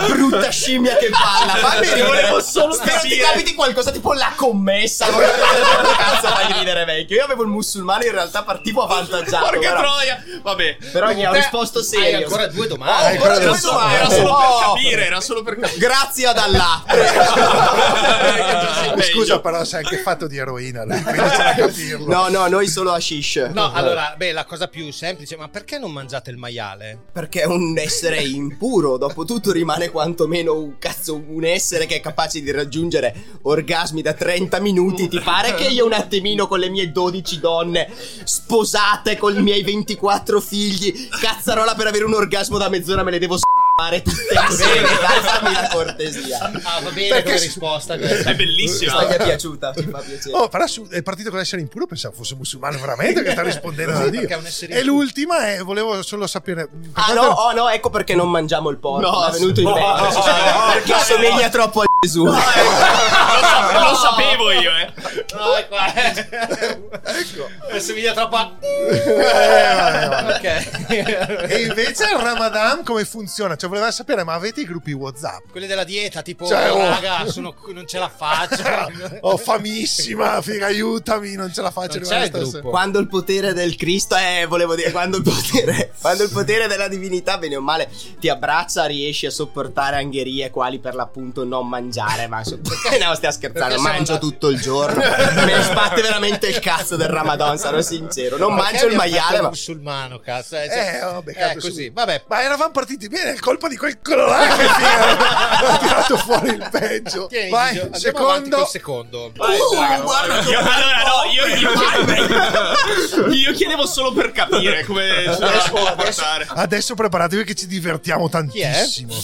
[SPEAKER 9] brutta scimmia che parla, fammi
[SPEAKER 8] Io
[SPEAKER 9] ridere.
[SPEAKER 8] volevo solo
[SPEAKER 9] Spero ti
[SPEAKER 8] capire.
[SPEAKER 9] capiti qualcosa tipo la commessa, non che cazzo fai ridere, vecchio. Io avevo il musulmano, in realtà partivo avvantaggiato.
[SPEAKER 8] Porca
[SPEAKER 9] guarda.
[SPEAKER 8] troia! Vabbè.
[SPEAKER 9] Però mi ha
[SPEAKER 1] Te
[SPEAKER 9] risposto
[SPEAKER 1] Hai
[SPEAKER 9] serio.
[SPEAKER 1] ancora due
[SPEAKER 9] Oh,
[SPEAKER 1] domande.
[SPEAKER 2] ancora
[SPEAKER 9] guarda,
[SPEAKER 2] due
[SPEAKER 9] questo
[SPEAKER 2] domande.
[SPEAKER 9] va-
[SPEAKER 8] Era solo per
[SPEAKER 9] Oh.
[SPEAKER 8] capire, era solo per capire.
[SPEAKER 9] Grazie ad Allah.
[SPEAKER 8] Eh,
[SPEAKER 2] Scusa,
[SPEAKER 8] meglio.
[SPEAKER 2] però si è anche fatto di eroina, lui, quindi c'è da capirlo.
[SPEAKER 9] No, no, noi solo hashish. Eh,
[SPEAKER 1] No, allora, beh, la cosa più semplice, ma perché non mangiate il maiale?
[SPEAKER 9] Perché è un essere impuro, dopotutto rimane quantomeno un cazzo, un essere che è capace di raggiungere orgasmi da 30 minuti. Ti pare che io un attimino con le mie 12 donne sposate, con i miei 24 figli, cazzarola per avere un orgasmo da mezz'ora me le devo s***are fare tutte insieme, dai, fammi la cortesia.
[SPEAKER 1] Ah, va bene
[SPEAKER 9] Perché
[SPEAKER 1] come
[SPEAKER 9] su-
[SPEAKER 1] risposta.
[SPEAKER 9] È
[SPEAKER 8] bellissima.
[SPEAKER 9] Questa gli è piaciuta, ci fa piacere.
[SPEAKER 2] Oh, però su- è partito con l'essere impuro, pensavo fosse musulmano veramente che sta rispondendo
[SPEAKER 1] Sì,
[SPEAKER 2] a
[SPEAKER 1] perché è un
[SPEAKER 2] Dio.
[SPEAKER 1] essere
[SPEAKER 2] E
[SPEAKER 1] impuro.
[SPEAKER 2] l'ultima è, volevo solo sapere... per
[SPEAKER 9] Ah
[SPEAKER 2] quanto-
[SPEAKER 9] no, oh no, ecco perché non mangiamo il porco.
[SPEAKER 8] No,
[SPEAKER 9] No, è venuto in
[SPEAKER 8] no,
[SPEAKER 9] mente.
[SPEAKER 8] no, no,
[SPEAKER 9] perché
[SPEAKER 8] no, eh,
[SPEAKER 9] assomiglia troppo a Gesù.
[SPEAKER 8] lo, sa- lo sapevo io, eh.
[SPEAKER 1] No, è qua. ecco. Assomiglia troppo a...
[SPEAKER 2] Eh,
[SPEAKER 1] ok.
[SPEAKER 2] E invece il Ramadan come funziona? Cioè, voleva sapere, ma avete i gruppi WhatsApp?
[SPEAKER 1] Quelli della dieta, tipo,
[SPEAKER 2] Cioè, oh. Cioè,
[SPEAKER 1] raga, sono- non ce la faccio.
[SPEAKER 2] Ho Oh, famissima, figa, aiutami, non ce la faccio.
[SPEAKER 1] Non
[SPEAKER 2] arrivare
[SPEAKER 1] c'è il
[SPEAKER 2] stasera.
[SPEAKER 1] gruppo.
[SPEAKER 9] Quando il potere del Cristo, eh, volevo dire, quando il potere, quando il potere della divinità, bene o male, ti abbraccia, riesci a sopportare angherie quali per l'appunto non mangiare. Ma so- no, stia scherzando,
[SPEAKER 1] Perché siamo
[SPEAKER 9] mangio
[SPEAKER 1] andati-
[SPEAKER 9] tutto il giorno. Me ne sbatte veramente il cazzo del Ramadan, sarò sincero. Non mangio il maiale, ma.
[SPEAKER 1] musulmano, cazzo. Eh, cioè-
[SPEAKER 2] Eh, ho beccato
[SPEAKER 1] eh, così.
[SPEAKER 2] subito.
[SPEAKER 1] Vabbè,
[SPEAKER 2] Ma eravamo partiti bene, è colpa di quel quello là che ti ha ha tirato fuori il peggio.
[SPEAKER 1] Tieni, Gigio,
[SPEAKER 2] Vai,
[SPEAKER 1] andiamo avanti col
[SPEAKER 2] secondo.
[SPEAKER 1] secondo.
[SPEAKER 9] Uh, guarda
[SPEAKER 8] Io- allora, no, io, io, io chiedevo solo per capire come ce la
[SPEAKER 1] Adesso-
[SPEAKER 8] può
[SPEAKER 1] adesso-
[SPEAKER 8] portare.
[SPEAKER 2] Adesso preparatevi che ci divertiamo tantissimo.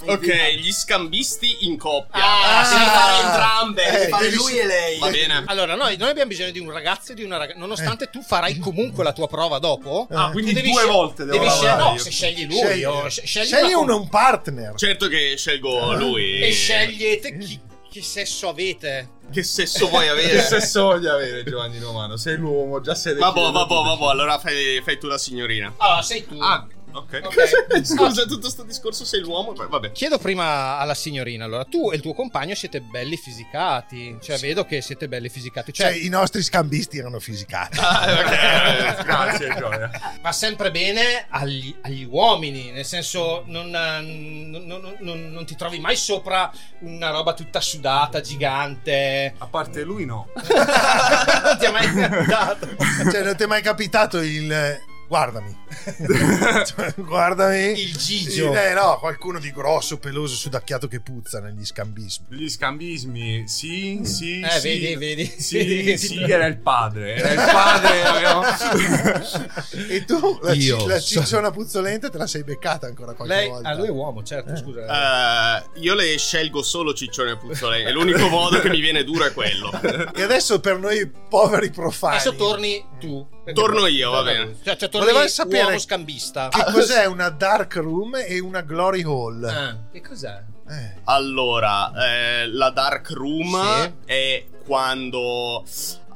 [SPEAKER 8] Ok, gli scambisti in coppia.
[SPEAKER 1] Ah,
[SPEAKER 9] si fare entrambe,
[SPEAKER 2] Eh,
[SPEAKER 9] si fare
[SPEAKER 2] devi-
[SPEAKER 9] lui e lei.
[SPEAKER 8] Va bene.
[SPEAKER 1] Allora, noi, noi abbiamo bisogno di un ragazzo e di una ragazza. Nonostante tu farai comunque la tua prova dopo,
[SPEAKER 6] Ah,
[SPEAKER 1] tu
[SPEAKER 6] quindi
[SPEAKER 1] devi
[SPEAKER 6] due
[SPEAKER 1] scel-
[SPEAKER 6] volte devo
[SPEAKER 1] devi scegliere.
[SPEAKER 6] lavorare
[SPEAKER 1] No,
[SPEAKER 6] io.
[SPEAKER 1] se scegli lui,
[SPEAKER 2] Scegli,
[SPEAKER 1] o sce- scegli,
[SPEAKER 2] oh, scegli
[SPEAKER 1] una-
[SPEAKER 2] un, un partner.
[SPEAKER 8] Certo che scelgo
[SPEAKER 1] Eh.
[SPEAKER 8] lui.
[SPEAKER 1] e scegliete chi, che sesso avete.
[SPEAKER 8] Che sesso vuoi
[SPEAKER 6] Che
[SPEAKER 8] avere?
[SPEAKER 6] sesso voglio avere Giovanni Romano? Sei l'uomo, già sei
[SPEAKER 8] Vabbò, vabbò, vabbò, allora fai, fai tu la signorina.
[SPEAKER 1] Allora, sei tu.
[SPEAKER 8] Ah, ok.
[SPEAKER 1] Ok.
[SPEAKER 8] Scusa, tutto sto discorso sei l'uomo, poi vabbè.
[SPEAKER 1] Chiedo prima alla signorina, allora, tu e il tuo compagno siete belli fisicati, cioè vedo che siete belli fisicati,
[SPEAKER 2] Cioè,
[SPEAKER 1] cioè,
[SPEAKER 2] i nostri scambisti erano fisicati.
[SPEAKER 8] Ah, ok.
[SPEAKER 6] Grazie, Gioia.
[SPEAKER 1] va sempre bene agli, agli uomini, nel senso non, eh, non- non- non- non ti trovi mai sopra una roba tutta sudata, gigante,
[SPEAKER 6] A parte lui, no.
[SPEAKER 1] non ti è mai capitato.
[SPEAKER 2] Cioè, non ti è mai capitato il. eh, Guardami. Cioè, guardami.
[SPEAKER 1] Il Gigio.
[SPEAKER 2] Il- eh, no, qualcuno di grosso, peloso, sudacchiato che puzza negli scambismi.
[SPEAKER 6] Gli scambismi, sì, sì,
[SPEAKER 1] Eh,
[SPEAKER 6] sì.
[SPEAKER 1] vedi, vedi. Vedi
[SPEAKER 6] Sì,
[SPEAKER 1] che
[SPEAKER 6] sì,
[SPEAKER 1] ti-
[SPEAKER 6] era il padre. Era il padre. abbiamo-
[SPEAKER 2] Ah, E tu, la,
[SPEAKER 1] Io
[SPEAKER 2] ci- la
[SPEAKER 1] so-
[SPEAKER 2] cicciona puzzolente, te la sei beccata ancora qualche
[SPEAKER 1] Lei,
[SPEAKER 2] volta.
[SPEAKER 1] ah, lui è uomo, certo, scusa.
[SPEAKER 8] Eh, io le scelgo solo ciccione e puzzolente. L'unico modo che mi viene duro è quello.
[SPEAKER 2] E adesso per noi poveri profani.
[SPEAKER 1] Adesso torni tu.
[SPEAKER 8] Torno io, va bene.
[SPEAKER 1] Cioè, cioè torni
[SPEAKER 2] Volevo sapere-
[SPEAKER 1] uomo scambista.
[SPEAKER 2] Che cos'è una dark room e una glory hall?
[SPEAKER 1] Ah, che cos'è?
[SPEAKER 2] Eh.
[SPEAKER 8] Allora, eh, la dark room
[SPEAKER 1] Sì.
[SPEAKER 8] è quando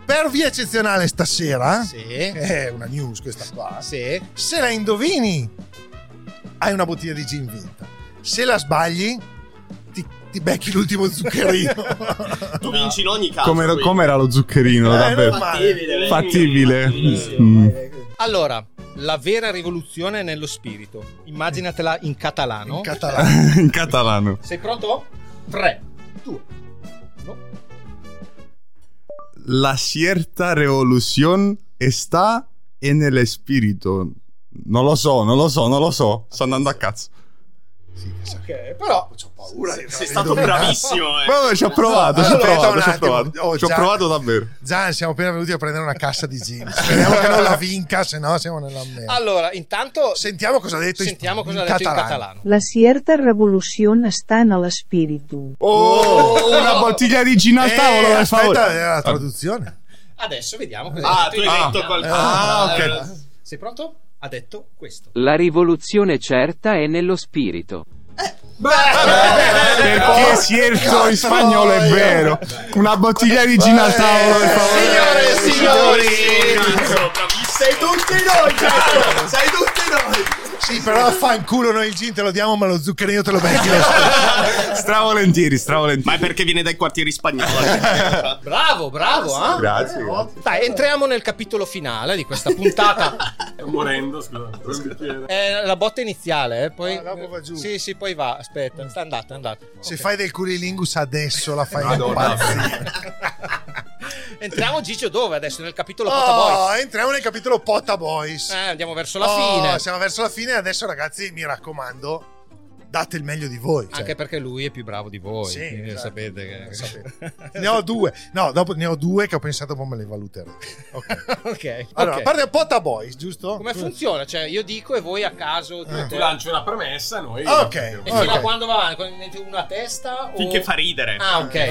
[SPEAKER 2] per via eccezionale stasera, eh,
[SPEAKER 1] Sì,
[SPEAKER 2] è una news questa qua.
[SPEAKER 1] sì.
[SPEAKER 2] Se la indovini, hai una bottiglia di gin vinta. Se la sbagli, ti, ti becchi l'ultimo zuccherino.
[SPEAKER 8] Tu vinci in ogni caso.
[SPEAKER 6] Come,
[SPEAKER 8] quindi.
[SPEAKER 6] com'era lo zuccherino,
[SPEAKER 2] Eh,
[SPEAKER 6] davvero?
[SPEAKER 2] non male.
[SPEAKER 8] Fattibile,
[SPEAKER 6] Fattibile.
[SPEAKER 8] fattibile.
[SPEAKER 6] Mm.
[SPEAKER 1] Allora, la vera rivoluzione è nello spirito. Immaginatela in catalano.
[SPEAKER 2] In catalano.
[SPEAKER 6] In catalano.
[SPEAKER 1] Sei pronto? 3, 2, 1.
[SPEAKER 6] La cierta revolución está en el espíritu. Non lo so, non lo so, non lo so. Sto andando a cazzo.
[SPEAKER 1] Ok, però
[SPEAKER 2] Ho paura di
[SPEAKER 8] Sei stato bravissimo. eh.
[SPEAKER 6] Vabbè, ci ho provato, ci ho
[SPEAKER 2] Allora, aspetta
[SPEAKER 6] provato,
[SPEAKER 2] un
[SPEAKER 6] ci ho
[SPEAKER 2] attimo.
[SPEAKER 6] provato.
[SPEAKER 2] Oh,
[SPEAKER 6] Ci ho
[SPEAKER 2] già.
[SPEAKER 6] provato davvero.
[SPEAKER 2] Gian, siamo appena venuti a prendere una cassa di gin. Speriamo che non la vinca, se no siamo nella merda.
[SPEAKER 1] allora, intanto
[SPEAKER 2] Sentiamo cosa ha detto in-
[SPEAKER 1] Ah. sentiamo cosa ha
[SPEAKER 2] in
[SPEAKER 1] detto in
[SPEAKER 2] catalano.
[SPEAKER 1] catalano.
[SPEAKER 10] La cierta revolución está en el espíritu.
[SPEAKER 6] Oh, una bottiglia di gin al
[SPEAKER 2] Eh,
[SPEAKER 6] tavolo, per favore.
[SPEAKER 2] Aspetta, era la traduzione.
[SPEAKER 1] Adesso vediamo cosa
[SPEAKER 8] Ah,
[SPEAKER 1] ha
[SPEAKER 8] tu hai
[SPEAKER 1] detto. in
[SPEAKER 8] detto
[SPEAKER 1] italiano.
[SPEAKER 8] qualcosa.
[SPEAKER 6] Ah, ok.
[SPEAKER 8] Allora,
[SPEAKER 1] Sei pronto? Ha detto questo.
[SPEAKER 4] La rivoluzione certa è nello spirito.
[SPEAKER 2] eh,
[SPEAKER 6] Perché cierto in spagnolo è vero. Una bottiglia di gin
[SPEAKER 2] Eh,
[SPEAKER 6] al tavolo, per favore.
[SPEAKER 8] Signore e signori, sei tutti noi, cazzo, sei tutti
[SPEAKER 2] Sì, però fanculo noi il gin te lo diamo, ma lo zuccherino te lo becchi lo stesso.
[SPEAKER 6] Stravolentieri,
[SPEAKER 8] noi. Ma
[SPEAKER 6] stravolentieri.
[SPEAKER 8] è perché viene dai quartieri spagnoli.
[SPEAKER 1] Bravo, bravo, ah?
[SPEAKER 6] Grazie, grazie.
[SPEAKER 1] Dai, entriamo nel capitolo finale di questa puntata.
[SPEAKER 7] Sto morendo, scusa. Vuoi un bicchiere?
[SPEAKER 1] È la botta iniziale, eh? poi
[SPEAKER 2] Ah, dopo va giù.
[SPEAKER 1] Sì, sì, poi va. Aspetta, sta andata, è andata.
[SPEAKER 2] Se
[SPEAKER 1] Ok.
[SPEAKER 2] fai del curilingus adesso la fai
[SPEAKER 6] Madonna.
[SPEAKER 2] impazzire.
[SPEAKER 1] Entriamo Gigio dove adesso nel capitolo Pota Boys.
[SPEAKER 2] Oh, entriamo nel capitolo Potta Boys.
[SPEAKER 1] Eh, andiamo verso la
[SPEAKER 2] Oh,
[SPEAKER 1] fine.
[SPEAKER 2] Siamo verso la fine. Adesso, ragazzi, mi raccomando, date il meglio di voi. cioè.
[SPEAKER 1] Anche perché lui è più bravo di voi,
[SPEAKER 2] Sì,
[SPEAKER 1] quindi
[SPEAKER 2] esatto.
[SPEAKER 1] sapete che...
[SPEAKER 2] Lo sapete. Ne ho due. No, dopo ne ho due che ho pensato poi me le valuterò. Ok.
[SPEAKER 1] ok.
[SPEAKER 2] Allora,
[SPEAKER 1] ok.
[SPEAKER 2] parte Potta Boys, giusto?
[SPEAKER 1] Come funziona? Cioè, io dico e voi a caso dite...
[SPEAKER 7] Tu lanci una premessa, noi.
[SPEAKER 2] Ok.
[SPEAKER 1] E fino
[SPEAKER 2] Ah. Ok.
[SPEAKER 1] a quando va avanti? Una a testa o...
[SPEAKER 8] Finché fa ridere.
[SPEAKER 1] Ah, ok.
[SPEAKER 8] Ok,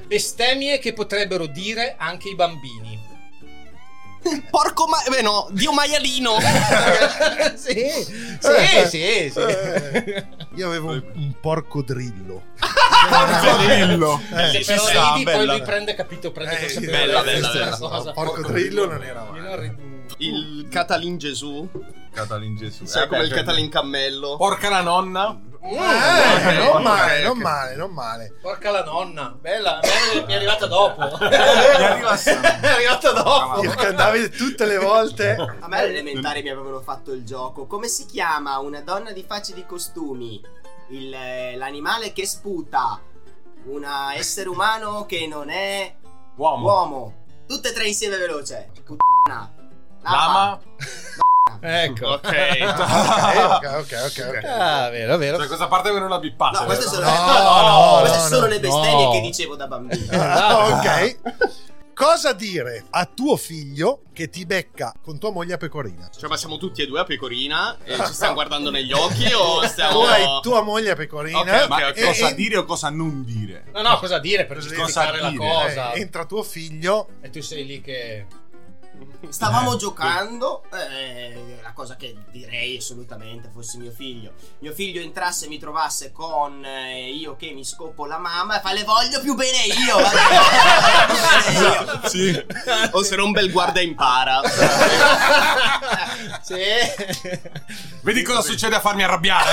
[SPEAKER 8] ok.
[SPEAKER 1] Bestemmie che potrebbero dire anche i bambini.
[SPEAKER 8] Porco ma... Beh no, Dio maialino.
[SPEAKER 1] sì,
[SPEAKER 2] Eh,
[SPEAKER 1] sì, sì, sì.
[SPEAKER 2] Io avevo un, un porco drillo.
[SPEAKER 6] Bello.
[SPEAKER 2] Eh,
[SPEAKER 8] Sì,
[SPEAKER 1] Se però
[SPEAKER 8] sì,
[SPEAKER 1] lì
[SPEAKER 8] sì,
[SPEAKER 1] di poi
[SPEAKER 8] bella.
[SPEAKER 1] lui prende, capito, prende
[SPEAKER 2] Eh, sì,
[SPEAKER 8] bella,
[SPEAKER 1] consapevolezza
[SPEAKER 8] bella,
[SPEAKER 1] di
[SPEAKER 8] bella.
[SPEAKER 1] questa cosa.
[SPEAKER 2] Porco drillo non era male.
[SPEAKER 1] Io non ri-
[SPEAKER 8] Il Catalin Gesù,
[SPEAKER 6] Catalin Gesù.
[SPEAKER 8] sai come il Catalin Cammello.
[SPEAKER 7] Porca la nonna.
[SPEAKER 2] Eh,
[SPEAKER 8] ok,
[SPEAKER 2] non
[SPEAKER 8] ok,
[SPEAKER 2] male,
[SPEAKER 8] ok.
[SPEAKER 2] non male, non male.
[SPEAKER 1] Porca la nonna, bella, bella, mi è arrivata dopo. mi
[SPEAKER 6] arriva sempre.
[SPEAKER 1] è arrivata dopo.
[SPEAKER 2] Io cantavi tutte le volte.
[SPEAKER 9] A me alle elementari mi avevano fatto il gioco. Come si chiama una donna di facce di costumi? Il, eh, l'animale che sputa. Un essere umano che non è
[SPEAKER 7] Uomo.
[SPEAKER 9] uomo. Tutte e tre insieme veloce. Puttana. Lama.
[SPEAKER 7] Lama.
[SPEAKER 1] Ecco.
[SPEAKER 8] Ok.
[SPEAKER 2] Ok, ok, ok. ok.
[SPEAKER 1] Ah, vero, vero.
[SPEAKER 7] Cioè, questa parte che non la bippate.
[SPEAKER 9] No, queste
[SPEAKER 7] vero?
[SPEAKER 9] sono,
[SPEAKER 2] No,
[SPEAKER 9] no,
[SPEAKER 2] no,
[SPEAKER 9] queste
[SPEAKER 2] no,
[SPEAKER 9] sono
[SPEAKER 2] no.
[SPEAKER 9] le bestemmie
[SPEAKER 1] No.
[SPEAKER 9] che dicevo da bambino.
[SPEAKER 2] Ah, ok. Cosa dire a tuo figlio che ti becca con tua moglie a pecorina?
[SPEAKER 8] Cioè, ma siamo tutti e due a pecorina e ci stiamo guardando negli occhi o stiamo...
[SPEAKER 2] Tu hai tua moglie a pecorina.
[SPEAKER 8] Ok,
[SPEAKER 6] Ma
[SPEAKER 8] ok,
[SPEAKER 2] e-
[SPEAKER 6] cosa
[SPEAKER 2] e-
[SPEAKER 6] dire o cosa non dire?
[SPEAKER 1] No, no, cosa dire per
[SPEAKER 2] Cosa
[SPEAKER 1] giustificare
[SPEAKER 6] dire?
[SPEAKER 1] la
[SPEAKER 6] Cosa
[SPEAKER 2] eh,
[SPEAKER 1] cosa?
[SPEAKER 2] entra tuo figlio.
[SPEAKER 1] E tu sei lì che...
[SPEAKER 9] Stavamo giocando, eh, la cosa che direi assolutamente fosse mio figlio. Mio figlio entrasse e mi trovasse con eh, io che mi scopo la mamma e fa le voglio più bene io. va bene, più bene io.
[SPEAKER 6] Sì.
[SPEAKER 8] O se no un bel guarda e impara.
[SPEAKER 1] sì.
[SPEAKER 7] Vedi cosa succede a farmi arrabbiare.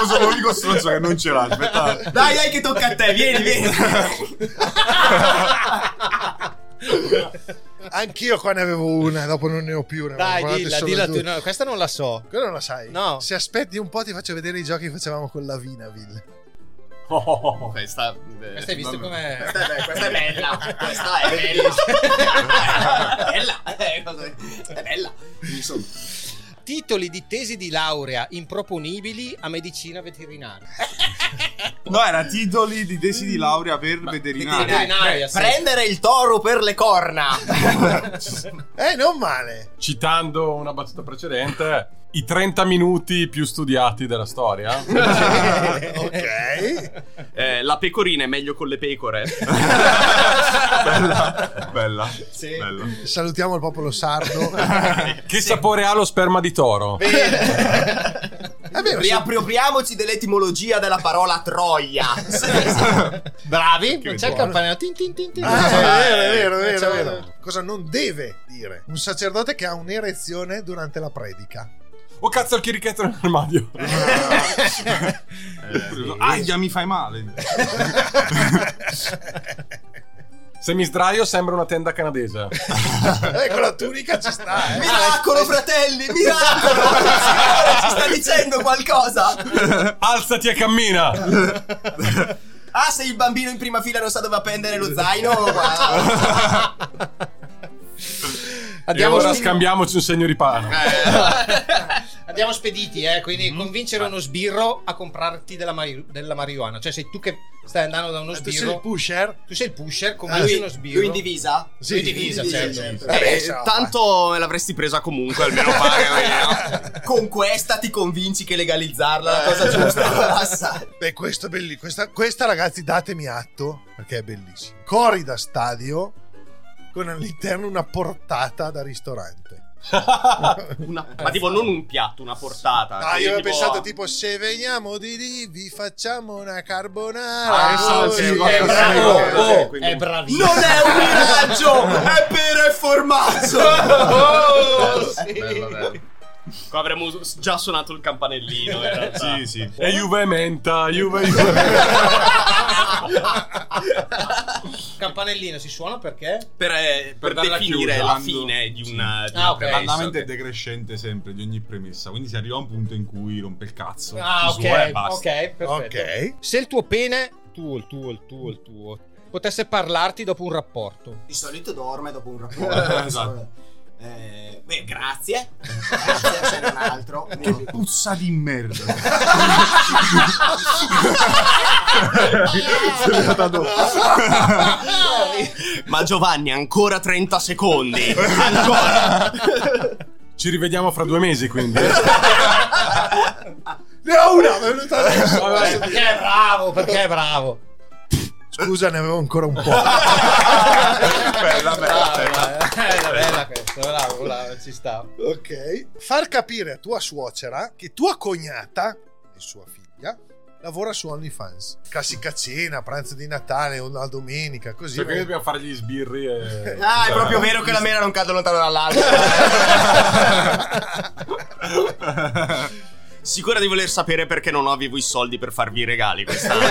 [SPEAKER 6] Io sono l'unico stronzo che non ce l'ha. Aspetta.
[SPEAKER 9] Dai, dai che tocca a te, vieni, vieni.
[SPEAKER 2] Anch'io qua ne avevo una, dopo non ne ho più. ne avevo
[SPEAKER 1] Dai,
[SPEAKER 2] guardate
[SPEAKER 1] dilla,
[SPEAKER 2] solo
[SPEAKER 1] dilla
[SPEAKER 2] due.
[SPEAKER 1] tu. No, questa non la so.
[SPEAKER 2] Quella non la sai.
[SPEAKER 1] No.
[SPEAKER 2] Se aspetti un po', ti faccio vedere i giochi che facevamo con la Vinaville.
[SPEAKER 8] Questa,
[SPEAKER 1] Questa hai visto com'è?
[SPEAKER 8] Questa è, questa è bella. Questa è bella. È bella. Eh, cosa- È bella.
[SPEAKER 1] Titoli di tesi di laurea improponibili a medicina veterinaria.
[SPEAKER 6] No, era titoli di tesi di laurea per veterinari.
[SPEAKER 1] Veterinaria, sì.
[SPEAKER 9] Prendere il toro per le corna.
[SPEAKER 2] Eh, non male.
[SPEAKER 7] Citando una battuta precedente, i 30 minuti più studiati della storia.
[SPEAKER 2] ok.
[SPEAKER 8] Eh, la pecorina è meglio con le pecore.
[SPEAKER 6] Bella.
[SPEAKER 8] Sì.
[SPEAKER 6] Bella.
[SPEAKER 2] Salutiamo il popolo sardo.
[SPEAKER 7] Che sapore ha lo sperma di toro?
[SPEAKER 9] Riappropriamoci dell'etimologia della parola troia.
[SPEAKER 1] Bravi,
[SPEAKER 9] Che
[SPEAKER 1] non c'è il
[SPEAKER 9] buono.
[SPEAKER 1] campanello. Tin, tin, tin, tin.
[SPEAKER 2] Ah, è vero,
[SPEAKER 1] Non
[SPEAKER 2] è vero, è vero,
[SPEAKER 1] c'è-
[SPEAKER 2] è vero. Eh, cioè, Cosa non deve dire un sacerdote che ha un'erezione durante la predica. Ecco,
[SPEAKER 7] Oh cazzo, il chirichetto nell'armadio.
[SPEAKER 2] Eh,
[SPEAKER 6] Aia, mi fai male.
[SPEAKER 7] Se mi sdraio sembra una tenda canadese.
[SPEAKER 2] Ecco la tunica ci sta. eh.
[SPEAKER 9] Miracolo, fratelli, miracolo! Signore, ci sta dicendo qualcosa!
[SPEAKER 7] Alzati e cammina.
[SPEAKER 9] Ah, se il bambino in prima fila non sa dove appendere lo zaino, guarda.
[SPEAKER 1] Andiamo
[SPEAKER 7] e ora
[SPEAKER 1] sti-
[SPEAKER 7] scambiamoci un segno di pane.
[SPEAKER 1] Andiamo Eh. spediti, eh, quindi convincere uno sbirro a comprarti della, mari- della marijuana. Cioè, sei tu che stai andando da uno
[SPEAKER 2] Ah, Tu sei il
[SPEAKER 1] sbirro.
[SPEAKER 2] pusher?
[SPEAKER 1] Tu sei il pusher,
[SPEAKER 9] Ah,
[SPEAKER 1] convinci
[SPEAKER 9] lui-
[SPEAKER 1] uno sbirro.
[SPEAKER 9] lui in divisa?
[SPEAKER 1] Sì, in divisa,
[SPEAKER 9] in divisa,
[SPEAKER 1] certo.
[SPEAKER 9] certo.
[SPEAKER 2] Vabbè,
[SPEAKER 8] Eh,
[SPEAKER 2] se la
[SPEAKER 8] tanto me l'avresti presa comunque, almeno pare.
[SPEAKER 9] Con questa ti convinci che
[SPEAKER 2] Eh,
[SPEAKER 9] legalizzarla è la cosa giusta.
[SPEAKER 2] esatto.
[SPEAKER 9] Passa.
[SPEAKER 2] Beh, questo è bellissimo. Questa, questa, ragazzi, datemi atto perché è bellissimo. Corrida stadio con all'interno una portata da ristorante.
[SPEAKER 8] Una- ma tipo non un piatto, una portata.
[SPEAKER 2] Ah, io avevo
[SPEAKER 8] Quindi,
[SPEAKER 2] pensato tipo se veniamo di lì vi facciamo una
[SPEAKER 6] Ah,
[SPEAKER 2] carbonara.
[SPEAKER 6] esatto,
[SPEAKER 2] Voi-
[SPEAKER 6] sì,
[SPEAKER 2] Eh,
[SPEAKER 6] guarda,
[SPEAKER 2] bravo.
[SPEAKER 6] sì, guarda.
[SPEAKER 1] Oh,
[SPEAKER 6] Quindi-
[SPEAKER 1] è bravissimo.
[SPEAKER 9] Non è un miraggio, è pere e formaggio.
[SPEAKER 8] Oh, sì.
[SPEAKER 6] Bella, bella.
[SPEAKER 8] Qua avremmo s- già suonato il campanellino. in realtà.
[SPEAKER 6] Sì, sì.
[SPEAKER 7] E Juve e menta, Juve Juve. menta.
[SPEAKER 1] Campanellino si suona perché?
[SPEAKER 8] Per, eh, per
[SPEAKER 6] Per darla
[SPEAKER 8] definire
[SPEAKER 6] chiusa,
[SPEAKER 8] la
[SPEAKER 6] quando-
[SPEAKER 8] fine di
[SPEAKER 6] sì.
[SPEAKER 8] una. di
[SPEAKER 1] Ah,
[SPEAKER 8] una
[SPEAKER 1] ok.
[SPEAKER 8] premessa.
[SPEAKER 6] L'andamento è decrescente sempre di ogni premessa, quindi si arriva a un punto in cui rompe il cazzo.
[SPEAKER 1] Ah,
[SPEAKER 6] ci su, eh,
[SPEAKER 1] ok,
[SPEAKER 6] basta.
[SPEAKER 1] ok, perfetto.
[SPEAKER 2] Ok.
[SPEAKER 1] Se il tuo pene, tuo, il tuo, il tuo, il tuo, potesse parlarti dopo un rapporto.
[SPEAKER 9] Di solito dorme dopo un rapporto.
[SPEAKER 6] Esatto.
[SPEAKER 9] Eh, beh, grazie. Grazie, se non altro.
[SPEAKER 6] Che puzza di merda.
[SPEAKER 8] Ma Giovanni, ancora 30 secondi. Ancora.
[SPEAKER 9] Ah,
[SPEAKER 7] Ci rivediamo fra due mesi, quindi.
[SPEAKER 2] Ne ho una, mi è venuta adesso.
[SPEAKER 1] Eh, perché è bravo, perché è bravo.
[SPEAKER 2] Scusa, ne avevo ancora un po'.
[SPEAKER 6] bella, bella, bella.
[SPEAKER 1] Bella, eh. bella, bella questa, bravo, bravo, ci sta.
[SPEAKER 2] Ok. Far capire a tua suocera che tua cognata e sua figlia lavora su OnlyFans. Classica cena, pranzo di Natale, una domenica, così.
[SPEAKER 7] Cioè, quindi dobbiamo fare gli sbirri e...
[SPEAKER 9] Ah, è proprio vero che la mela non cade lontano dall'albero.
[SPEAKER 8] Sicura di voler sapere perché non avevo i soldi per farvi i regali quest'anno.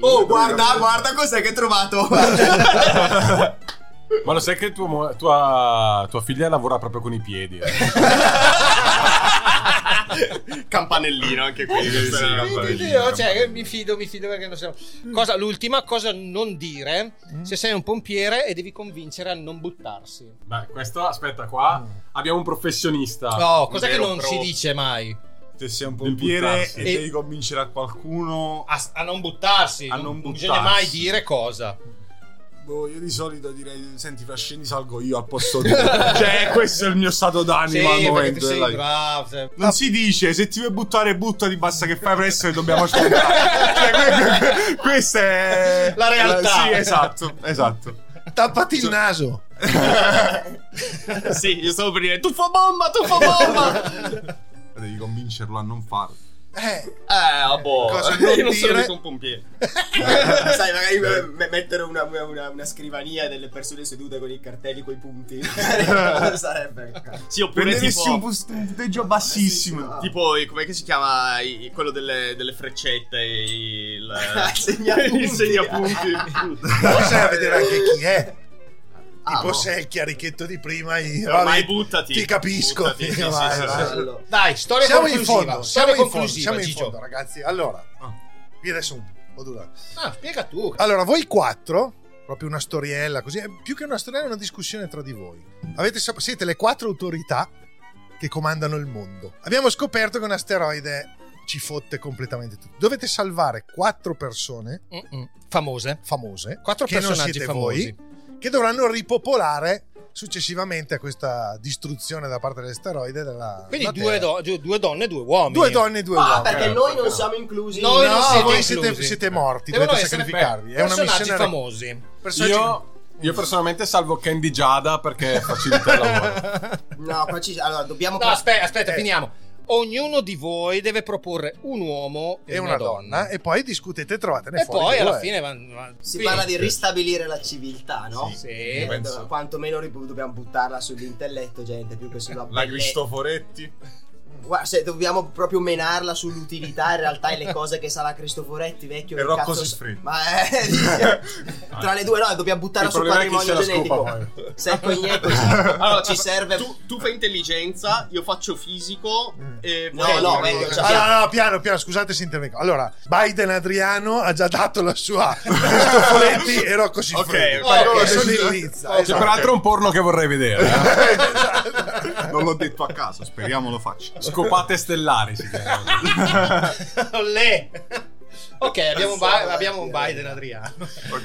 [SPEAKER 9] oh, guarda, guarda cos'è che hai trovato.
[SPEAKER 7] Ma lo sai che tuo mo- tua, tua figlia lavora proprio con i piedi? eh?
[SPEAKER 8] Campanellino anche qui. questo era un
[SPEAKER 1] Quindi
[SPEAKER 8] campanellino.
[SPEAKER 1] io, cioè, mi fido, mi fido perché non siamo. Cosa, l'ultima cosa non dire se sei un pompiere e devi convincere a non buttarsi.
[SPEAKER 7] Beh, questo, aspetta qua, abbiamo un professionista.
[SPEAKER 1] No, cosa che
[SPEAKER 8] vero
[SPEAKER 1] non
[SPEAKER 8] pro.
[SPEAKER 1] si dice mai.
[SPEAKER 6] Se sei un
[SPEAKER 7] Del
[SPEAKER 6] pompiere
[SPEAKER 7] buttarsi.
[SPEAKER 6] e devi convincere a qualcuno
[SPEAKER 1] A, a non buttarsi.
[SPEAKER 6] A non
[SPEAKER 1] bisogna
[SPEAKER 6] buttarsi.
[SPEAKER 1] mai dire cosa.
[SPEAKER 6] Boh, io di solito direi: Senti, fra scendi, salgo io al posto di. cioè, questo è il mio stato
[SPEAKER 1] Sì,
[SPEAKER 6] d'animo al
[SPEAKER 1] perché
[SPEAKER 6] momento.
[SPEAKER 1] tu sei
[SPEAKER 6] della vita.
[SPEAKER 1] bravo. sei-
[SPEAKER 6] Non si dice se ti vuoi buttare, buttati, basta che fai presto e dobbiamo aspettare. Cioè, que- que- questa è
[SPEAKER 1] La realtà.
[SPEAKER 6] sì, esatto, esatto.
[SPEAKER 2] Tappati il naso.
[SPEAKER 8] sì, io stavo per dire tuffo bomba, tuffo bomba.
[SPEAKER 6] Devi convincerlo a non farlo.
[SPEAKER 8] Eh, vabbè.
[SPEAKER 9] Cosa
[SPEAKER 8] Io
[SPEAKER 9] non
[SPEAKER 8] non sono
[SPEAKER 9] dire?
[SPEAKER 8] mica un pompiere.
[SPEAKER 9] Sai, magari eh, me- mettere una, una- una scrivania delle persone sedute con i cartelli coi punti. Sarebbe.
[SPEAKER 8] Sì, oppure tipo... Ah,
[SPEAKER 6] bus- un punteggio bassissimo.
[SPEAKER 8] Tipo, eh, com'è che si chiama i- quello delle, delle freccette? Il,
[SPEAKER 9] Segnapunti.
[SPEAKER 8] il segnapunti.
[SPEAKER 2] Poi c'è da vedere anche chi è.
[SPEAKER 8] Ah,
[SPEAKER 2] tipo
[SPEAKER 8] no.
[SPEAKER 2] se è il chiarichetto di prima, io,
[SPEAKER 8] Ormai
[SPEAKER 2] vabbè,
[SPEAKER 8] buttati.
[SPEAKER 2] Ti capisco.
[SPEAKER 8] Buttati, sì, sì,
[SPEAKER 2] Vai,
[SPEAKER 8] sì,
[SPEAKER 2] vai.
[SPEAKER 8] sì, sì.
[SPEAKER 2] Allora.
[SPEAKER 1] Dai, storia
[SPEAKER 2] siamo in
[SPEAKER 1] conclusiva,
[SPEAKER 2] fondo,
[SPEAKER 1] storia
[SPEAKER 2] siamo in fondo,
[SPEAKER 1] conclusiva,
[SPEAKER 2] siamo in
[SPEAKER 1] Gigio.
[SPEAKER 2] fondo, ragazzi. Allora, vi adesso un modulare.
[SPEAKER 1] Ah, spiega tu.
[SPEAKER 2] Allora, voi quattro, proprio una storiella, così, eh, più che una storiella, è una discussione tra di voi. Avete sap- siete le quattro autorità che comandano il mondo. Abbiamo scoperto che un asteroide ci fotte completamente tutto. Dovete salvare quattro persone
[SPEAKER 1] mm, famose,
[SPEAKER 2] famose
[SPEAKER 1] Quattro
[SPEAKER 2] che non
[SPEAKER 1] personaggi
[SPEAKER 2] siete
[SPEAKER 1] famosi.
[SPEAKER 2] voi, che dovranno ripopolare successivamente a questa distruzione da parte dell'asteroide della
[SPEAKER 1] Quindi
[SPEAKER 2] la
[SPEAKER 1] due,
[SPEAKER 2] Terra.
[SPEAKER 1] do- due- due donne e due uomini.
[SPEAKER 2] Due donne e due
[SPEAKER 9] Ah,
[SPEAKER 2] uomini.
[SPEAKER 9] perché noi non siamo inclusi.
[SPEAKER 1] Noi
[SPEAKER 2] no,
[SPEAKER 1] non siete
[SPEAKER 2] voi
[SPEAKER 1] inclusi.
[SPEAKER 2] siete, siete morti,
[SPEAKER 1] Devono
[SPEAKER 2] dovete
[SPEAKER 1] essere
[SPEAKER 2] sacrificarvi. È una
[SPEAKER 1] personaggi
[SPEAKER 2] missione
[SPEAKER 1] famosi.
[SPEAKER 2] Personaggi-
[SPEAKER 7] Io, io personalmente salvo Candy Giada perché facilita il lavoro.
[SPEAKER 9] No, qua ci Allora, dobbiamo.
[SPEAKER 1] No, aspetta, aspetta, finiamo. Ognuno di voi deve proporre un uomo e,
[SPEAKER 2] e una donna, e poi discutete e trovatene
[SPEAKER 1] E
[SPEAKER 2] fuori.
[SPEAKER 1] poi alla
[SPEAKER 2] due.
[SPEAKER 1] fine van- van-
[SPEAKER 9] Si
[SPEAKER 1] sì.
[SPEAKER 9] parla di ristabilire la civiltà, no?
[SPEAKER 1] Sì.
[SPEAKER 9] Eh,
[SPEAKER 1] Penso.
[SPEAKER 9] do- quantomeno ri- dobbiamo buttarla sull'intelletto, gente, più che sulla
[SPEAKER 6] La
[SPEAKER 9] belle-
[SPEAKER 6] Cristoforetti.
[SPEAKER 9] Guarda, se dobbiamo proprio menarla sull'utilità in realtà e le cose che sa la Cristoforetti vecchio
[SPEAKER 6] E
[SPEAKER 9] che
[SPEAKER 6] Rocco
[SPEAKER 9] cazzo-
[SPEAKER 6] Siffredi.
[SPEAKER 9] Ma eh, tra le due no, dobbiamo buttarla
[SPEAKER 7] Ah. Il
[SPEAKER 9] sul
[SPEAKER 7] problema è chi
[SPEAKER 9] patrimonio
[SPEAKER 7] se la scopa
[SPEAKER 9] genetico. Secco e niente, allora, ci serve
[SPEAKER 8] Tu, tu fai intelligenza, io faccio fisico. E
[SPEAKER 9] No,
[SPEAKER 8] poi-
[SPEAKER 1] eh.
[SPEAKER 9] no, meglio, cioè-
[SPEAKER 2] Ah, no, no, piano, piano, scusate se intervengo. Allora, Biden Adriano ha già dato la sua Cristoforetti e Rocco Siffredi.
[SPEAKER 6] fai
[SPEAKER 2] Ok,
[SPEAKER 6] quello che
[SPEAKER 2] sono
[SPEAKER 6] dici.
[SPEAKER 2] in Lizza,
[SPEAKER 6] C'è
[SPEAKER 2] esatto.
[SPEAKER 7] Peraltro è un porno che vorrei vedere.
[SPEAKER 6] Non l'ho detto a caso, speriamo lo faccia.
[SPEAKER 7] Scopate stellari si chiama.
[SPEAKER 1] Olè. Ok, abbiamo un, Bi- abbiamo un Biden Adriano.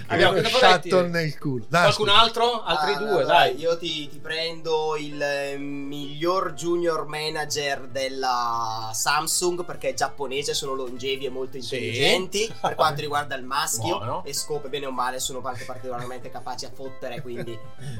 [SPEAKER 1] Abbiamo
[SPEAKER 2] Uno
[SPEAKER 1] cosa vorrei
[SPEAKER 2] shuttle
[SPEAKER 1] dire?
[SPEAKER 2] nel culo. Dai,
[SPEAKER 1] Qualcun altro? Altri
[SPEAKER 9] Ah, no,
[SPEAKER 1] due,
[SPEAKER 9] no,
[SPEAKER 1] dai.
[SPEAKER 9] Io ti, ti prendo il eh, miglior junior manager della Samsung perché è giapponese, sono longevi e molto intelligenti per quanto riguarda il maschio
[SPEAKER 7] Buono.
[SPEAKER 9] e scope bene o male sono anche particolarmente capaci a fottere, quindi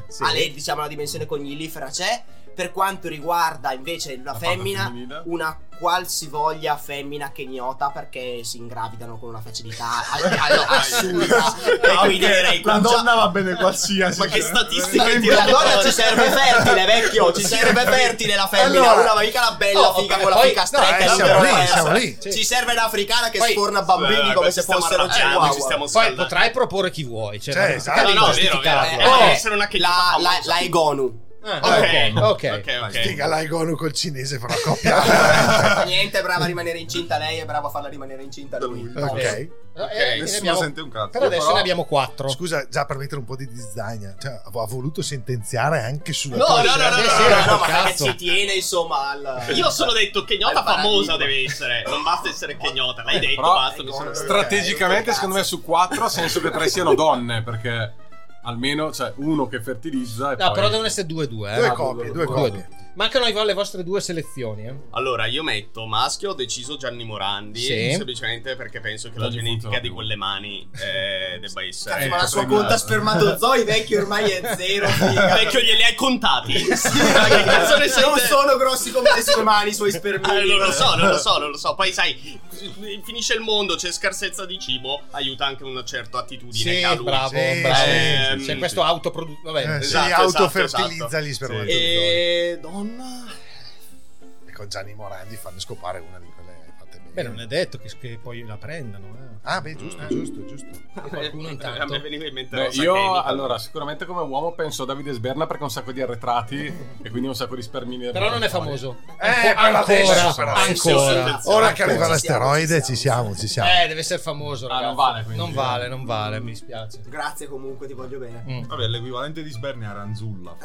[SPEAKER 1] Sì.
[SPEAKER 9] ha lei diciamo la dimensione cognilifera c'è. Per quanto riguarda invece la,
[SPEAKER 7] parte
[SPEAKER 9] femmina,
[SPEAKER 7] femminile.
[SPEAKER 9] una qualsivoglia femmina keniota perché si ingravidano con una facilità a- a- assurda. e
[SPEAKER 6] Ah,
[SPEAKER 9] quindi
[SPEAKER 6] ok,
[SPEAKER 9] direi
[SPEAKER 6] la
[SPEAKER 9] con già-
[SPEAKER 6] donna va bene qualsiasi.
[SPEAKER 8] Ma che
[SPEAKER 6] cioè.
[SPEAKER 8] statistiche
[SPEAKER 6] Eh,
[SPEAKER 8] ti
[SPEAKER 9] la
[SPEAKER 8] danno?
[SPEAKER 9] donna ci serve fertile, vecchio. Ci serve fertile la femmina.
[SPEAKER 2] Allora-
[SPEAKER 9] una ma mica la bella
[SPEAKER 1] Oh,
[SPEAKER 9] figa
[SPEAKER 1] vabbè,
[SPEAKER 9] con la
[SPEAKER 1] poi-
[SPEAKER 9] fica
[SPEAKER 1] no,
[SPEAKER 9] stretta.
[SPEAKER 2] eh,
[SPEAKER 9] e
[SPEAKER 2] siamo
[SPEAKER 9] l'intero
[SPEAKER 2] lì,
[SPEAKER 9] resto.
[SPEAKER 2] siamo lì.
[SPEAKER 9] Ci serve l'africana che
[SPEAKER 1] Poi-
[SPEAKER 9] smarna bambini
[SPEAKER 8] Eh,
[SPEAKER 9] come
[SPEAKER 8] qua
[SPEAKER 9] se
[SPEAKER 8] ci stiamo
[SPEAKER 9] fossero
[SPEAKER 8] arrabbando,
[SPEAKER 9] chihuahua.
[SPEAKER 8] ci stiamo
[SPEAKER 1] Poi
[SPEAKER 8] scaldando.
[SPEAKER 1] potrai proporre chi vuoi. Cioè,
[SPEAKER 2] Cioè,
[SPEAKER 1] non-
[SPEAKER 2] esatto.
[SPEAKER 1] non devi
[SPEAKER 8] No, no, è vero,
[SPEAKER 1] giustificarlo.
[SPEAKER 8] è
[SPEAKER 9] Eh,
[SPEAKER 8] vero.
[SPEAKER 9] eh,
[SPEAKER 8] deve essere una che-
[SPEAKER 9] la, la, la Egonu.
[SPEAKER 1] Eh, ok, ok.
[SPEAKER 8] Ok, ok.
[SPEAKER 2] Figa, l'Aigonu col cinese fa una coppia.
[SPEAKER 9] Niente, brava a rimanere incinta lei e brava a farla rimanere incinta lui.
[SPEAKER 2] ok.
[SPEAKER 1] Eh, ne
[SPEAKER 6] Nessuno
[SPEAKER 1] abbiamo-
[SPEAKER 6] sente un cazzo.
[SPEAKER 1] Per adesso
[SPEAKER 6] Però-
[SPEAKER 1] ne abbiamo quattro.
[SPEAKER 2] Scusa, già per mettere un po' di disdagna, cioè, ha voluto sentenziare anche sulla Eh,
[SPEAKER 8] No,
[SPEAKER 2] tua-
[SPEAKER 8] no, no, no,
[SPEAKER 1] Adesso
[SPEAKER 8] no,
[SPEAKER 1] era
[SPEAKER 8] no,
[SPEAKER 1] col
[SPEAKER 9] No, ma perché
[SPEAKER 1] cazzo.
[SPEAKER 9] ci tiene insomma al...
[SPEAKER 8] Io ho solo detto che gnota
[SPEAKER 9] Al paradigma.
[SPEAKER 8] famosa deve essere. Non basta essere kegnota, l'hai detto,
[SPEAKER 7] Però
[SPEAKER 8] basta. non sono-
[SPEAKER 7] strategicamente
[SPEAKER 9] ok,
[SPEAKER 7] secondo me
[SPEAKER 9] cazzo.
[SPEAKER 7] su quattro ha senso che tre siano donne perché almeno
[SPEAKER 6] cioè,
[SPEAKER 7] c'è uno che fertilizza e
[SPEAKER 1] No,
[SPEAKER 7] poi...
[SPEAKER 1] però devono essere due due. eh.
[SPEAKER 2] Due
[SPEAKER 7] no,
[SPEAKER 2] coppie, due
[SPEAKER 7] due,
[SPEAKER 2] coppie.
[SPEAKER 1] Mancano i- le vostre due selezioni. eh.
[SPEAKER 8] Allora, io metto maschio, ho deciso Gianni Morandi,
[SPEAKER 1] Sì.
[SPEAKER 8] semplicemente perché penso che la
[SPEAKER 7] Gianni
[SPEAKER 8] genetica
[SPEAKER 7] funziona
[SPEAKER 8] di
[SPEAKER 7] più.
[SPEAKER 8] quelle mani eh, debba essere...
[SPEAKER 9] Cazzo, ma la sua
[SPEAKER 7] premiato.
[SPEAKER 9] conta spermatozoi vecchio ormai è zero. figa.
[SPEAKER 8] Vecchio, glieli hai contati? Ma che cazzo ne sai
[SPEAKER 9] non
[SPEAKER 8] te?
[SPEAKER 9] sono grossi come le sue mani, i suoi spermini.
[SPEAKER 8] Eh, non lo so, non lo so, non lo so. Poi sai, finisce il mondo, c'è scarsezza di cibo, aiuta anche una certa attitudine
[SPEAKER 1] Sì,
[SPEAKER 8] che ha lui.
[SPEAKER 1] bravo,
[SPEAKER 2] Eh, Sì,
[SPEAKER 1] bravo. Cioè,
[SPEAKER 8] sì, sì,
[SPEAKER 1] C'è
[SPEAKER 8] sì.
[SPEAKER 1] questo autoprodu- Vabbè.
[SPEAKER 2] Eh, sì,
[SPEAKER 8] Esatto, esatto,
[SPEAKER 2] autofertilizza
[SPEAKER 8] esatto.
[SPEAKER 2] gli spermatozoi.
[SPEAKER 8] E donna...
[SPEAKER 2] E con Ecco, Gianni Morandi fanno scopare una di quelle fatte bene.
[SPEAKER 1] Beh, non è detto che, che poi la prendano. eh.
[SPEAKER 2] Ah, beh, giusto, giusto, giusto.
[SPEAKER 1] E Qualcuno
[SPEAKER 8] eh, A me
[SPEAKER 1] intanto.
[SPEAKER 8] veniva in mente
[SPEAKER 7] Beh,
[SPEAKER 8] Rosa
[SPEAKER 7] io
[SPEAKER 8] Chemical.
[SPEAKER 7] allora sicuramente come uomo penso a Davide Sberna perché ha un sacco di arretrati e quindi un sacco di spermini
[SPEAKER 1] Però non è famoso.
[SPEAKER 2] Eh,
[SPEAKER 1] Anco- ancora,
[SPEAKER 2] adesso, però.
[SPEAKER 1] ancora.
[SPEAKER 2] Ora che arriva
[SPEAKER 9] Ci siamo,
[SPEAKER 2] l'asteroide, ci
[SPEAKER 9] ci
[SPEAKER 2] siamo, ci siamo.
[SPEAKER 1] Eh, deve essere famoso,
[SPEAKER 7] Ah,
[SPEAKER 1] ragazzi.
[SPEAKER 7] non vale, quindi.
[SPEAKER 1] Non vale, non vale, mi dispiace.
[SPEAKER 9] Grazie comunque, ti voglio bene.
[SPEAKER 1] Mm.
[SPEAKER 6] Vabbè, l'equivalente di Sberni è Aranzulla.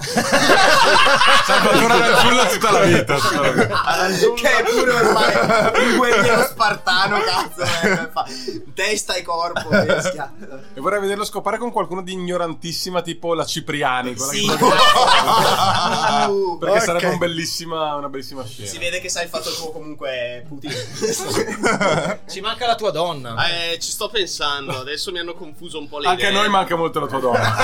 [SPEAKER 7] Salvatore Aranzulla tutta la vita tutta la vita.
[SPEAKER 9] che è pure ormai un guerriero spartano, cazzo. eh, fa- testa e corpo, teschia.
[SPEAKER 7] e vorrei vederlo scopare con qualcuno di ignorantissima tipo la Cipriani quella
[SPEAKER 9] Sì.
[SPEAKER 7] che-
[SPEAKER 9] Uh,
[SPEAKER 7] perché
[SPEAKER 2] Ok.
[SPEAKER 7] sarebbe un bellissima, una bellissima scena
[SPEAKER 9] Si vede che sai il fatto tuo comunque, Putin.
[SPEAKER 1] Ci manca la tua
[SPEAKER 7] Ah,
[SPEAKER 1] donna.
[SPEAKER 8] Eh, ci sto pensando, adesso mi hanno confuso un po' le
[SPEAKER 7] anche a
[SPEAKER 8] idee.
[SPEAKER 7] noi manca molto la tua donna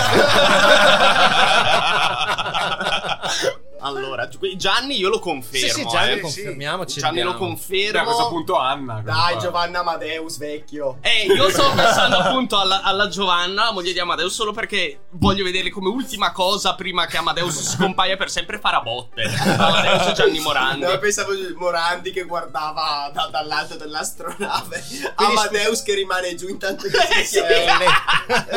[SPEAKER 8] Allora, qui Gianni io lo confermo.
[SPEAKER 1] Sì, sì, Gianni
[SPEAKER 8] eh.
[SPEAKER 1] lo confermiamo, ci
[SPEAKER 8] Gianni lo
[SPEAKER 1] andiamo.
[SPEAKER 8] confermo.
[SPEAKER 1] Beh,
[SPEAKER 7] Cioè,
[SPEAKER 1] a questo punto
[SPEAKER 7] Anna.
[SPEAKER 8] Dai, Giovanni.
[SPEAKER 9] Giovanna Amadeus, vecchio.
[SPEAKER 8] Eh, io sto pensando appunto alla, alla Giovanna, la moglie di Amadeus, solo perché voglio vedere come ultima cosa prima che Amadeus scompaia per sempre Farabotte. Amadeus e Gianni Morandi.
[SPEAKER 9] No, pensavo di Morandi che guardava da- dall'alto dell'astronave. Amadeus che rimane giù
[SPEAKER 8] Eh,
[SPEAKER 9] intanto che si
[SPEAKER 1] Eh,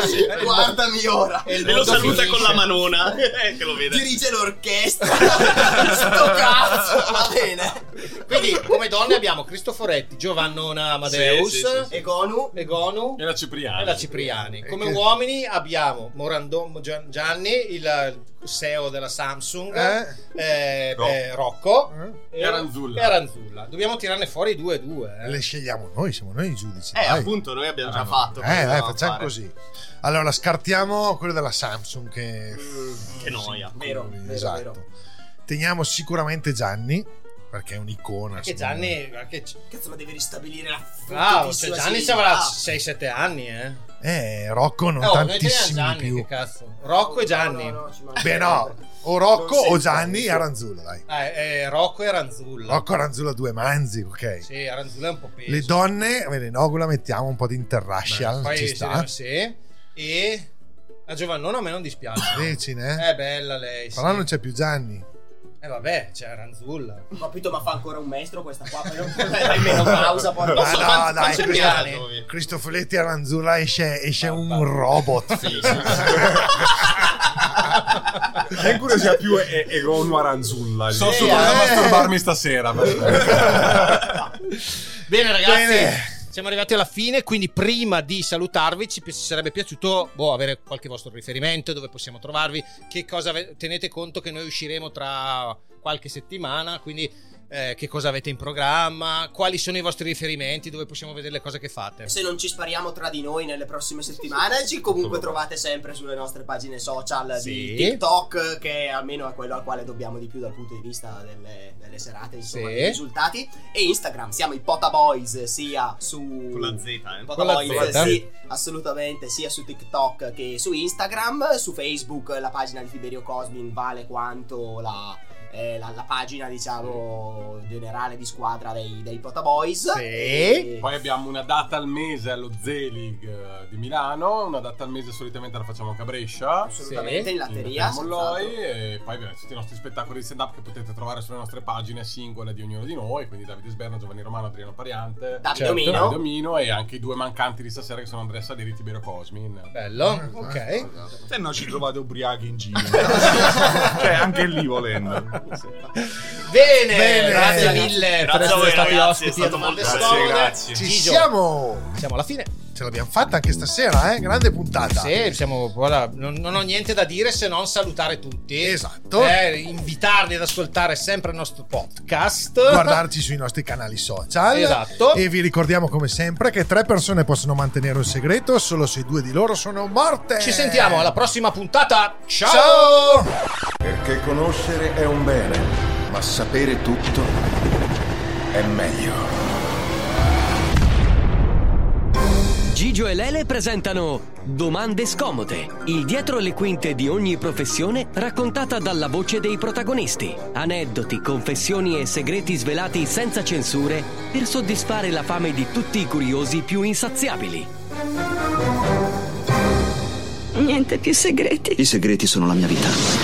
[SPEAKER 9] chiama. Guardami ora.
[SPEAKER 8] E lo saluta con la manona. Eh, che lo vede.
[SPEAKER 9] Dirige l'orchestra. Sto cazzo. Va bene.
[SPEAKER 1] Quindi, come donne abbiamo Cristoforetti, Giovannona Amadeus,
[SPEAKER 7] Sì, sì, sì, sì.
[SPEAKER 1] Egonu, Egonu
[SPEAKER 7] E la Cipriani.
[SPEAKER 1] e la Cipriani. Come
[SPEAKER 7] che-
[SPEAKER 1] uomini abbiamo Morandom Gian- Gianni, il CEO della Samsung,
[SPEAKER 7] Eh?
[SPEAKER 1] eh,
[SPEAKER 7] Ro-
[SPEAKER 1] eh, Rocco
[SPEAKER 7] E Aranzulla.
[SPEAKER 1] e Aranzulla. Dobbiamo tirarne fuori i due e due. eh.
[SPEAKER 2] Le scegliamo noi, siamo noi i giudici.
[SPEAKER 8] Eh,
[SPEAKER 2] dai.
[SPEAKER 8] appunto, noi abbiamo già
[SPEAKER 2] Ah,
[SPEAKER 8] fatto.
[SPEAKER 2] Eh, dai,
[SPEAKER 8] dobbiamo
[SPEAKER 2] facciamo
[SPEAKER 8] fare.
[SPEAKER 2] così. Allora, scartiamo quello della Samsung che...
[SPEAKER 8] Che noia.
[SPEAKER 9] Mm, Vero, vero,
[SPEAKER 2] Esatto.
[SPEAKER 9] vero.
[SPEAKER 2] Teniamo sicuramente Gianni, perché è un'icona.
[SPEAKER 1] Che
[SPEAKER 2] secondo me.
[SPEAKER 1] Gianni, anche...
[SPEAKER 9] Cazzo, ma devi ristabilire la
[SPEAKER 1] Bravo, cioè
[SPEAKER 9] fottutissima
[SPEAKER 1] Gianni ci
[SPEAKER 9] sigla.
[SPEAKER 1] avrà
[SPEAKER 9] Ah.
[SPEAKER 1] 6-7 anni, eh.
[SPEAKER 2] Eh, Rocco non
[SPEAKER 1] Oh, noi
[SPEAKER 2] tantissimi
[SPEAKER 1] teniamo Gianni,
[SPEAKER 2] più.
[SPEAKER 1] che cazzo. Rocco e Gianni.
[SPEAKER 2] Beh, no, o Rocco
[SPEAKER 1] Non
[SPEAKER 2] o
[SPEAKER 1] sento.
[SPEAKER 2] Gianni e Aranzulla, dai.
[SPEAKER 1] Eh, eh, Rocco e Aranzulla.
[SPEAKER 2] Rocco Aranzulla due manzi, ok.
[SPEAKER 1] Sì, Aranzulla è un po' peso.
[SPEAKER 2] Le donne, ve ne no, la mettiamo un po' di interrascia,
[SPEAKER 1] Poi
[SPEAKER 2] ci
[SPEAKER 1] se
[SPEAKER 2] sta.
[SPEAKER 1] ne- sì. E la Giovannona a me non dispiace.
[SPEAKER 2] Decine, eh?
[SPEAKER 1] È bella lei. Sì.
[SPEAKER 2] Però non c'è più Gianni.
[SPEAKER 1] Eh vabbè, c'è Aranzulla.
[SPEAKER 9] Ho capito, ma fa ancora un maestro questa qua. Però è meno pausa. porca-
[SPEAKER 2] Ma
[SPEAKER 9] Non so
[SPEAKER 2] no,
[SPEAKER 9] quanti-
[SPEAKER 2] dai,
[SPEAKER 9] quanti
[SPEAKER 2] questo-
[SPEAKER 9] anni ha.
[SPEAKER 2] Cristofoletti Aranzulla esce,
[SPEAKER 9] Ah,
[SPEAKER 2] esce un robot.
[SPEAKER 6] E ancora sia più e- Egonu Aranzulla.
[SPEAKER 7] Sto
[SPEAKER 6] Sì,
[SPEAKER 7] solo a
[SPEAKER 6] eh.
[SPEAKER 7] masturbarmi stasera.
[SPEAKER 1] Bene ragazzi.
[SPEAKER 7] Bene.
[SPEAKER 1] Siamo arrivati alla fine, quindi prima di salutarvi ci pi- ci sarebbe piaciuto boh, avere qualche vostro riferimento, dove possiamo trovarvi, che cosa ave- tenete conto che noi usciremo tra qualche settimana, quindi eh, che cosa avete in programma, quali sono i vostri riferimenti, dove possiamo vedere le cose che fate.
[SPEAKER 9] Se non ci spariamo tra di noi nelle prossime settimane, ci comunque trovate sempre sulle nostre pagine social
[SPEAKER 1] Sì.
[SPEAKER 9] di TikTok, che almeno è quello al quale dobbiamo di più dal punto di vista delle, delle serate, insomma,
[SPEAKER 1] Sì.
[SPEAKER 9] dei risultati. E Instagram, siamo i Pota Boys, sia su...
[SPEAKER 8] Con la Z, eh.
[SPEAKER 9] Pota
[SPEAKER 1] Con la
[SPEAKER 9] Boys,
[SPEAKER 1] Z.
[SPEAKER 9] sì, assolutamente, sia su TikTok che su Instagram. Su Facebook la pagina di Tiberio Cosmin vale quanto la... eh, la, la pagina diciamo generale di squadra dei, dei Pota Boys
[SPEAKER 1] Sì.
[SPEAKER 9] E-
[SPEAKER 7] Poi abbiamo una data al mese allo Zelig eh, di Milano, una data al mese solitamente la facciamo anche a Brescia.
[SPEAKER 9] Assolutamente, in latteria,
[SPEAKER 7] In Molloy, e poi abbiamo tutti i nostri spettacoli di stand-up che potete trovare sulle nostre pagine singole di ognuno di noi, quindi Davide Sberna, Giovanni Romano, Adriano Pariante,
[SPEAKER 9] Davide
[SPEAKER 7] Certo.
[SPEAKER 9] Omino.
[SPEAKER 7] Davide Omino e anche i due mancanti di stasera che sono Andrea Saleri e Tiberio Cosmin.
[SPEAKER 1] Bello, ok.
[SPEAKER 6] Se no ci trovate ubriachi in giro. cioè, anche lì volendo.
[SPEAKER 1] Bene,
[SPEAKER 2] Bene,
[SPEAKER 1] grazie
[SPEAKER 2] ragazzi.
[SPEAKER 1] mille per
[SPEAKER 8] Grazie a
[SPEAKER 1] essere
[SPEAKER 8] voi,
[SPEAKER 1] stati
[SPEAKER 8] ragazzi, è
[SPEAKER 1] ospiti.
[SPEAKER 8] stato
[SPEAKER 1] a Domande
[SPEAKER 8] molto-
[SPEAKER 1] Scomode.
[SPEAKER 6] grazie, grazie.
[SPEAKER 2] Ci
[SPEAKER 1] Gigio,
[SPEAKER 2] siamo!
[SPEAKER 1] Siamo alla fine.
[SPEAKER 2] Ce l'abbiamo fatta anche stasera, eh? Grande puntata.
[SPEAKER 1] Sì, siamo, guarda, non, non ho niente da dire se non salutare tutti.
[SPEAKER 2] Esatto.
[SPEAKER 1] Eh, invitarli ad ascoltare sempre il nostro podcast.
[SPEAKER 2] Guardarci sui nostri canali social.
[SPEAKER 1] Esatto.
[SPEAKER 2] E vi ricordiamo come sempre che tre persone possono mantenere un segreto solo se due di loro sono morte.
[SPEAKER 1] Ci sentiamo alla prossima puntata. Ciao!
[SPEAKER 2] Ciao!
[SPEAKER 3] Perché conoscere è un bene, ma sapere tutto è meglio.
[SPEAKER 4] Gigio e Lele presentano Domande scomode, il dietro le quinte di ogni professione raccontata dalla voce dei protagonisti. Aneddoti, confessioni e segreti svelati senza censure per soddisfare la fame di tutti i curiosi più insaziabili.
[SPEAKER 5] Niente più segreti.
[SPEAKER 11] I segreti sono la mia vita.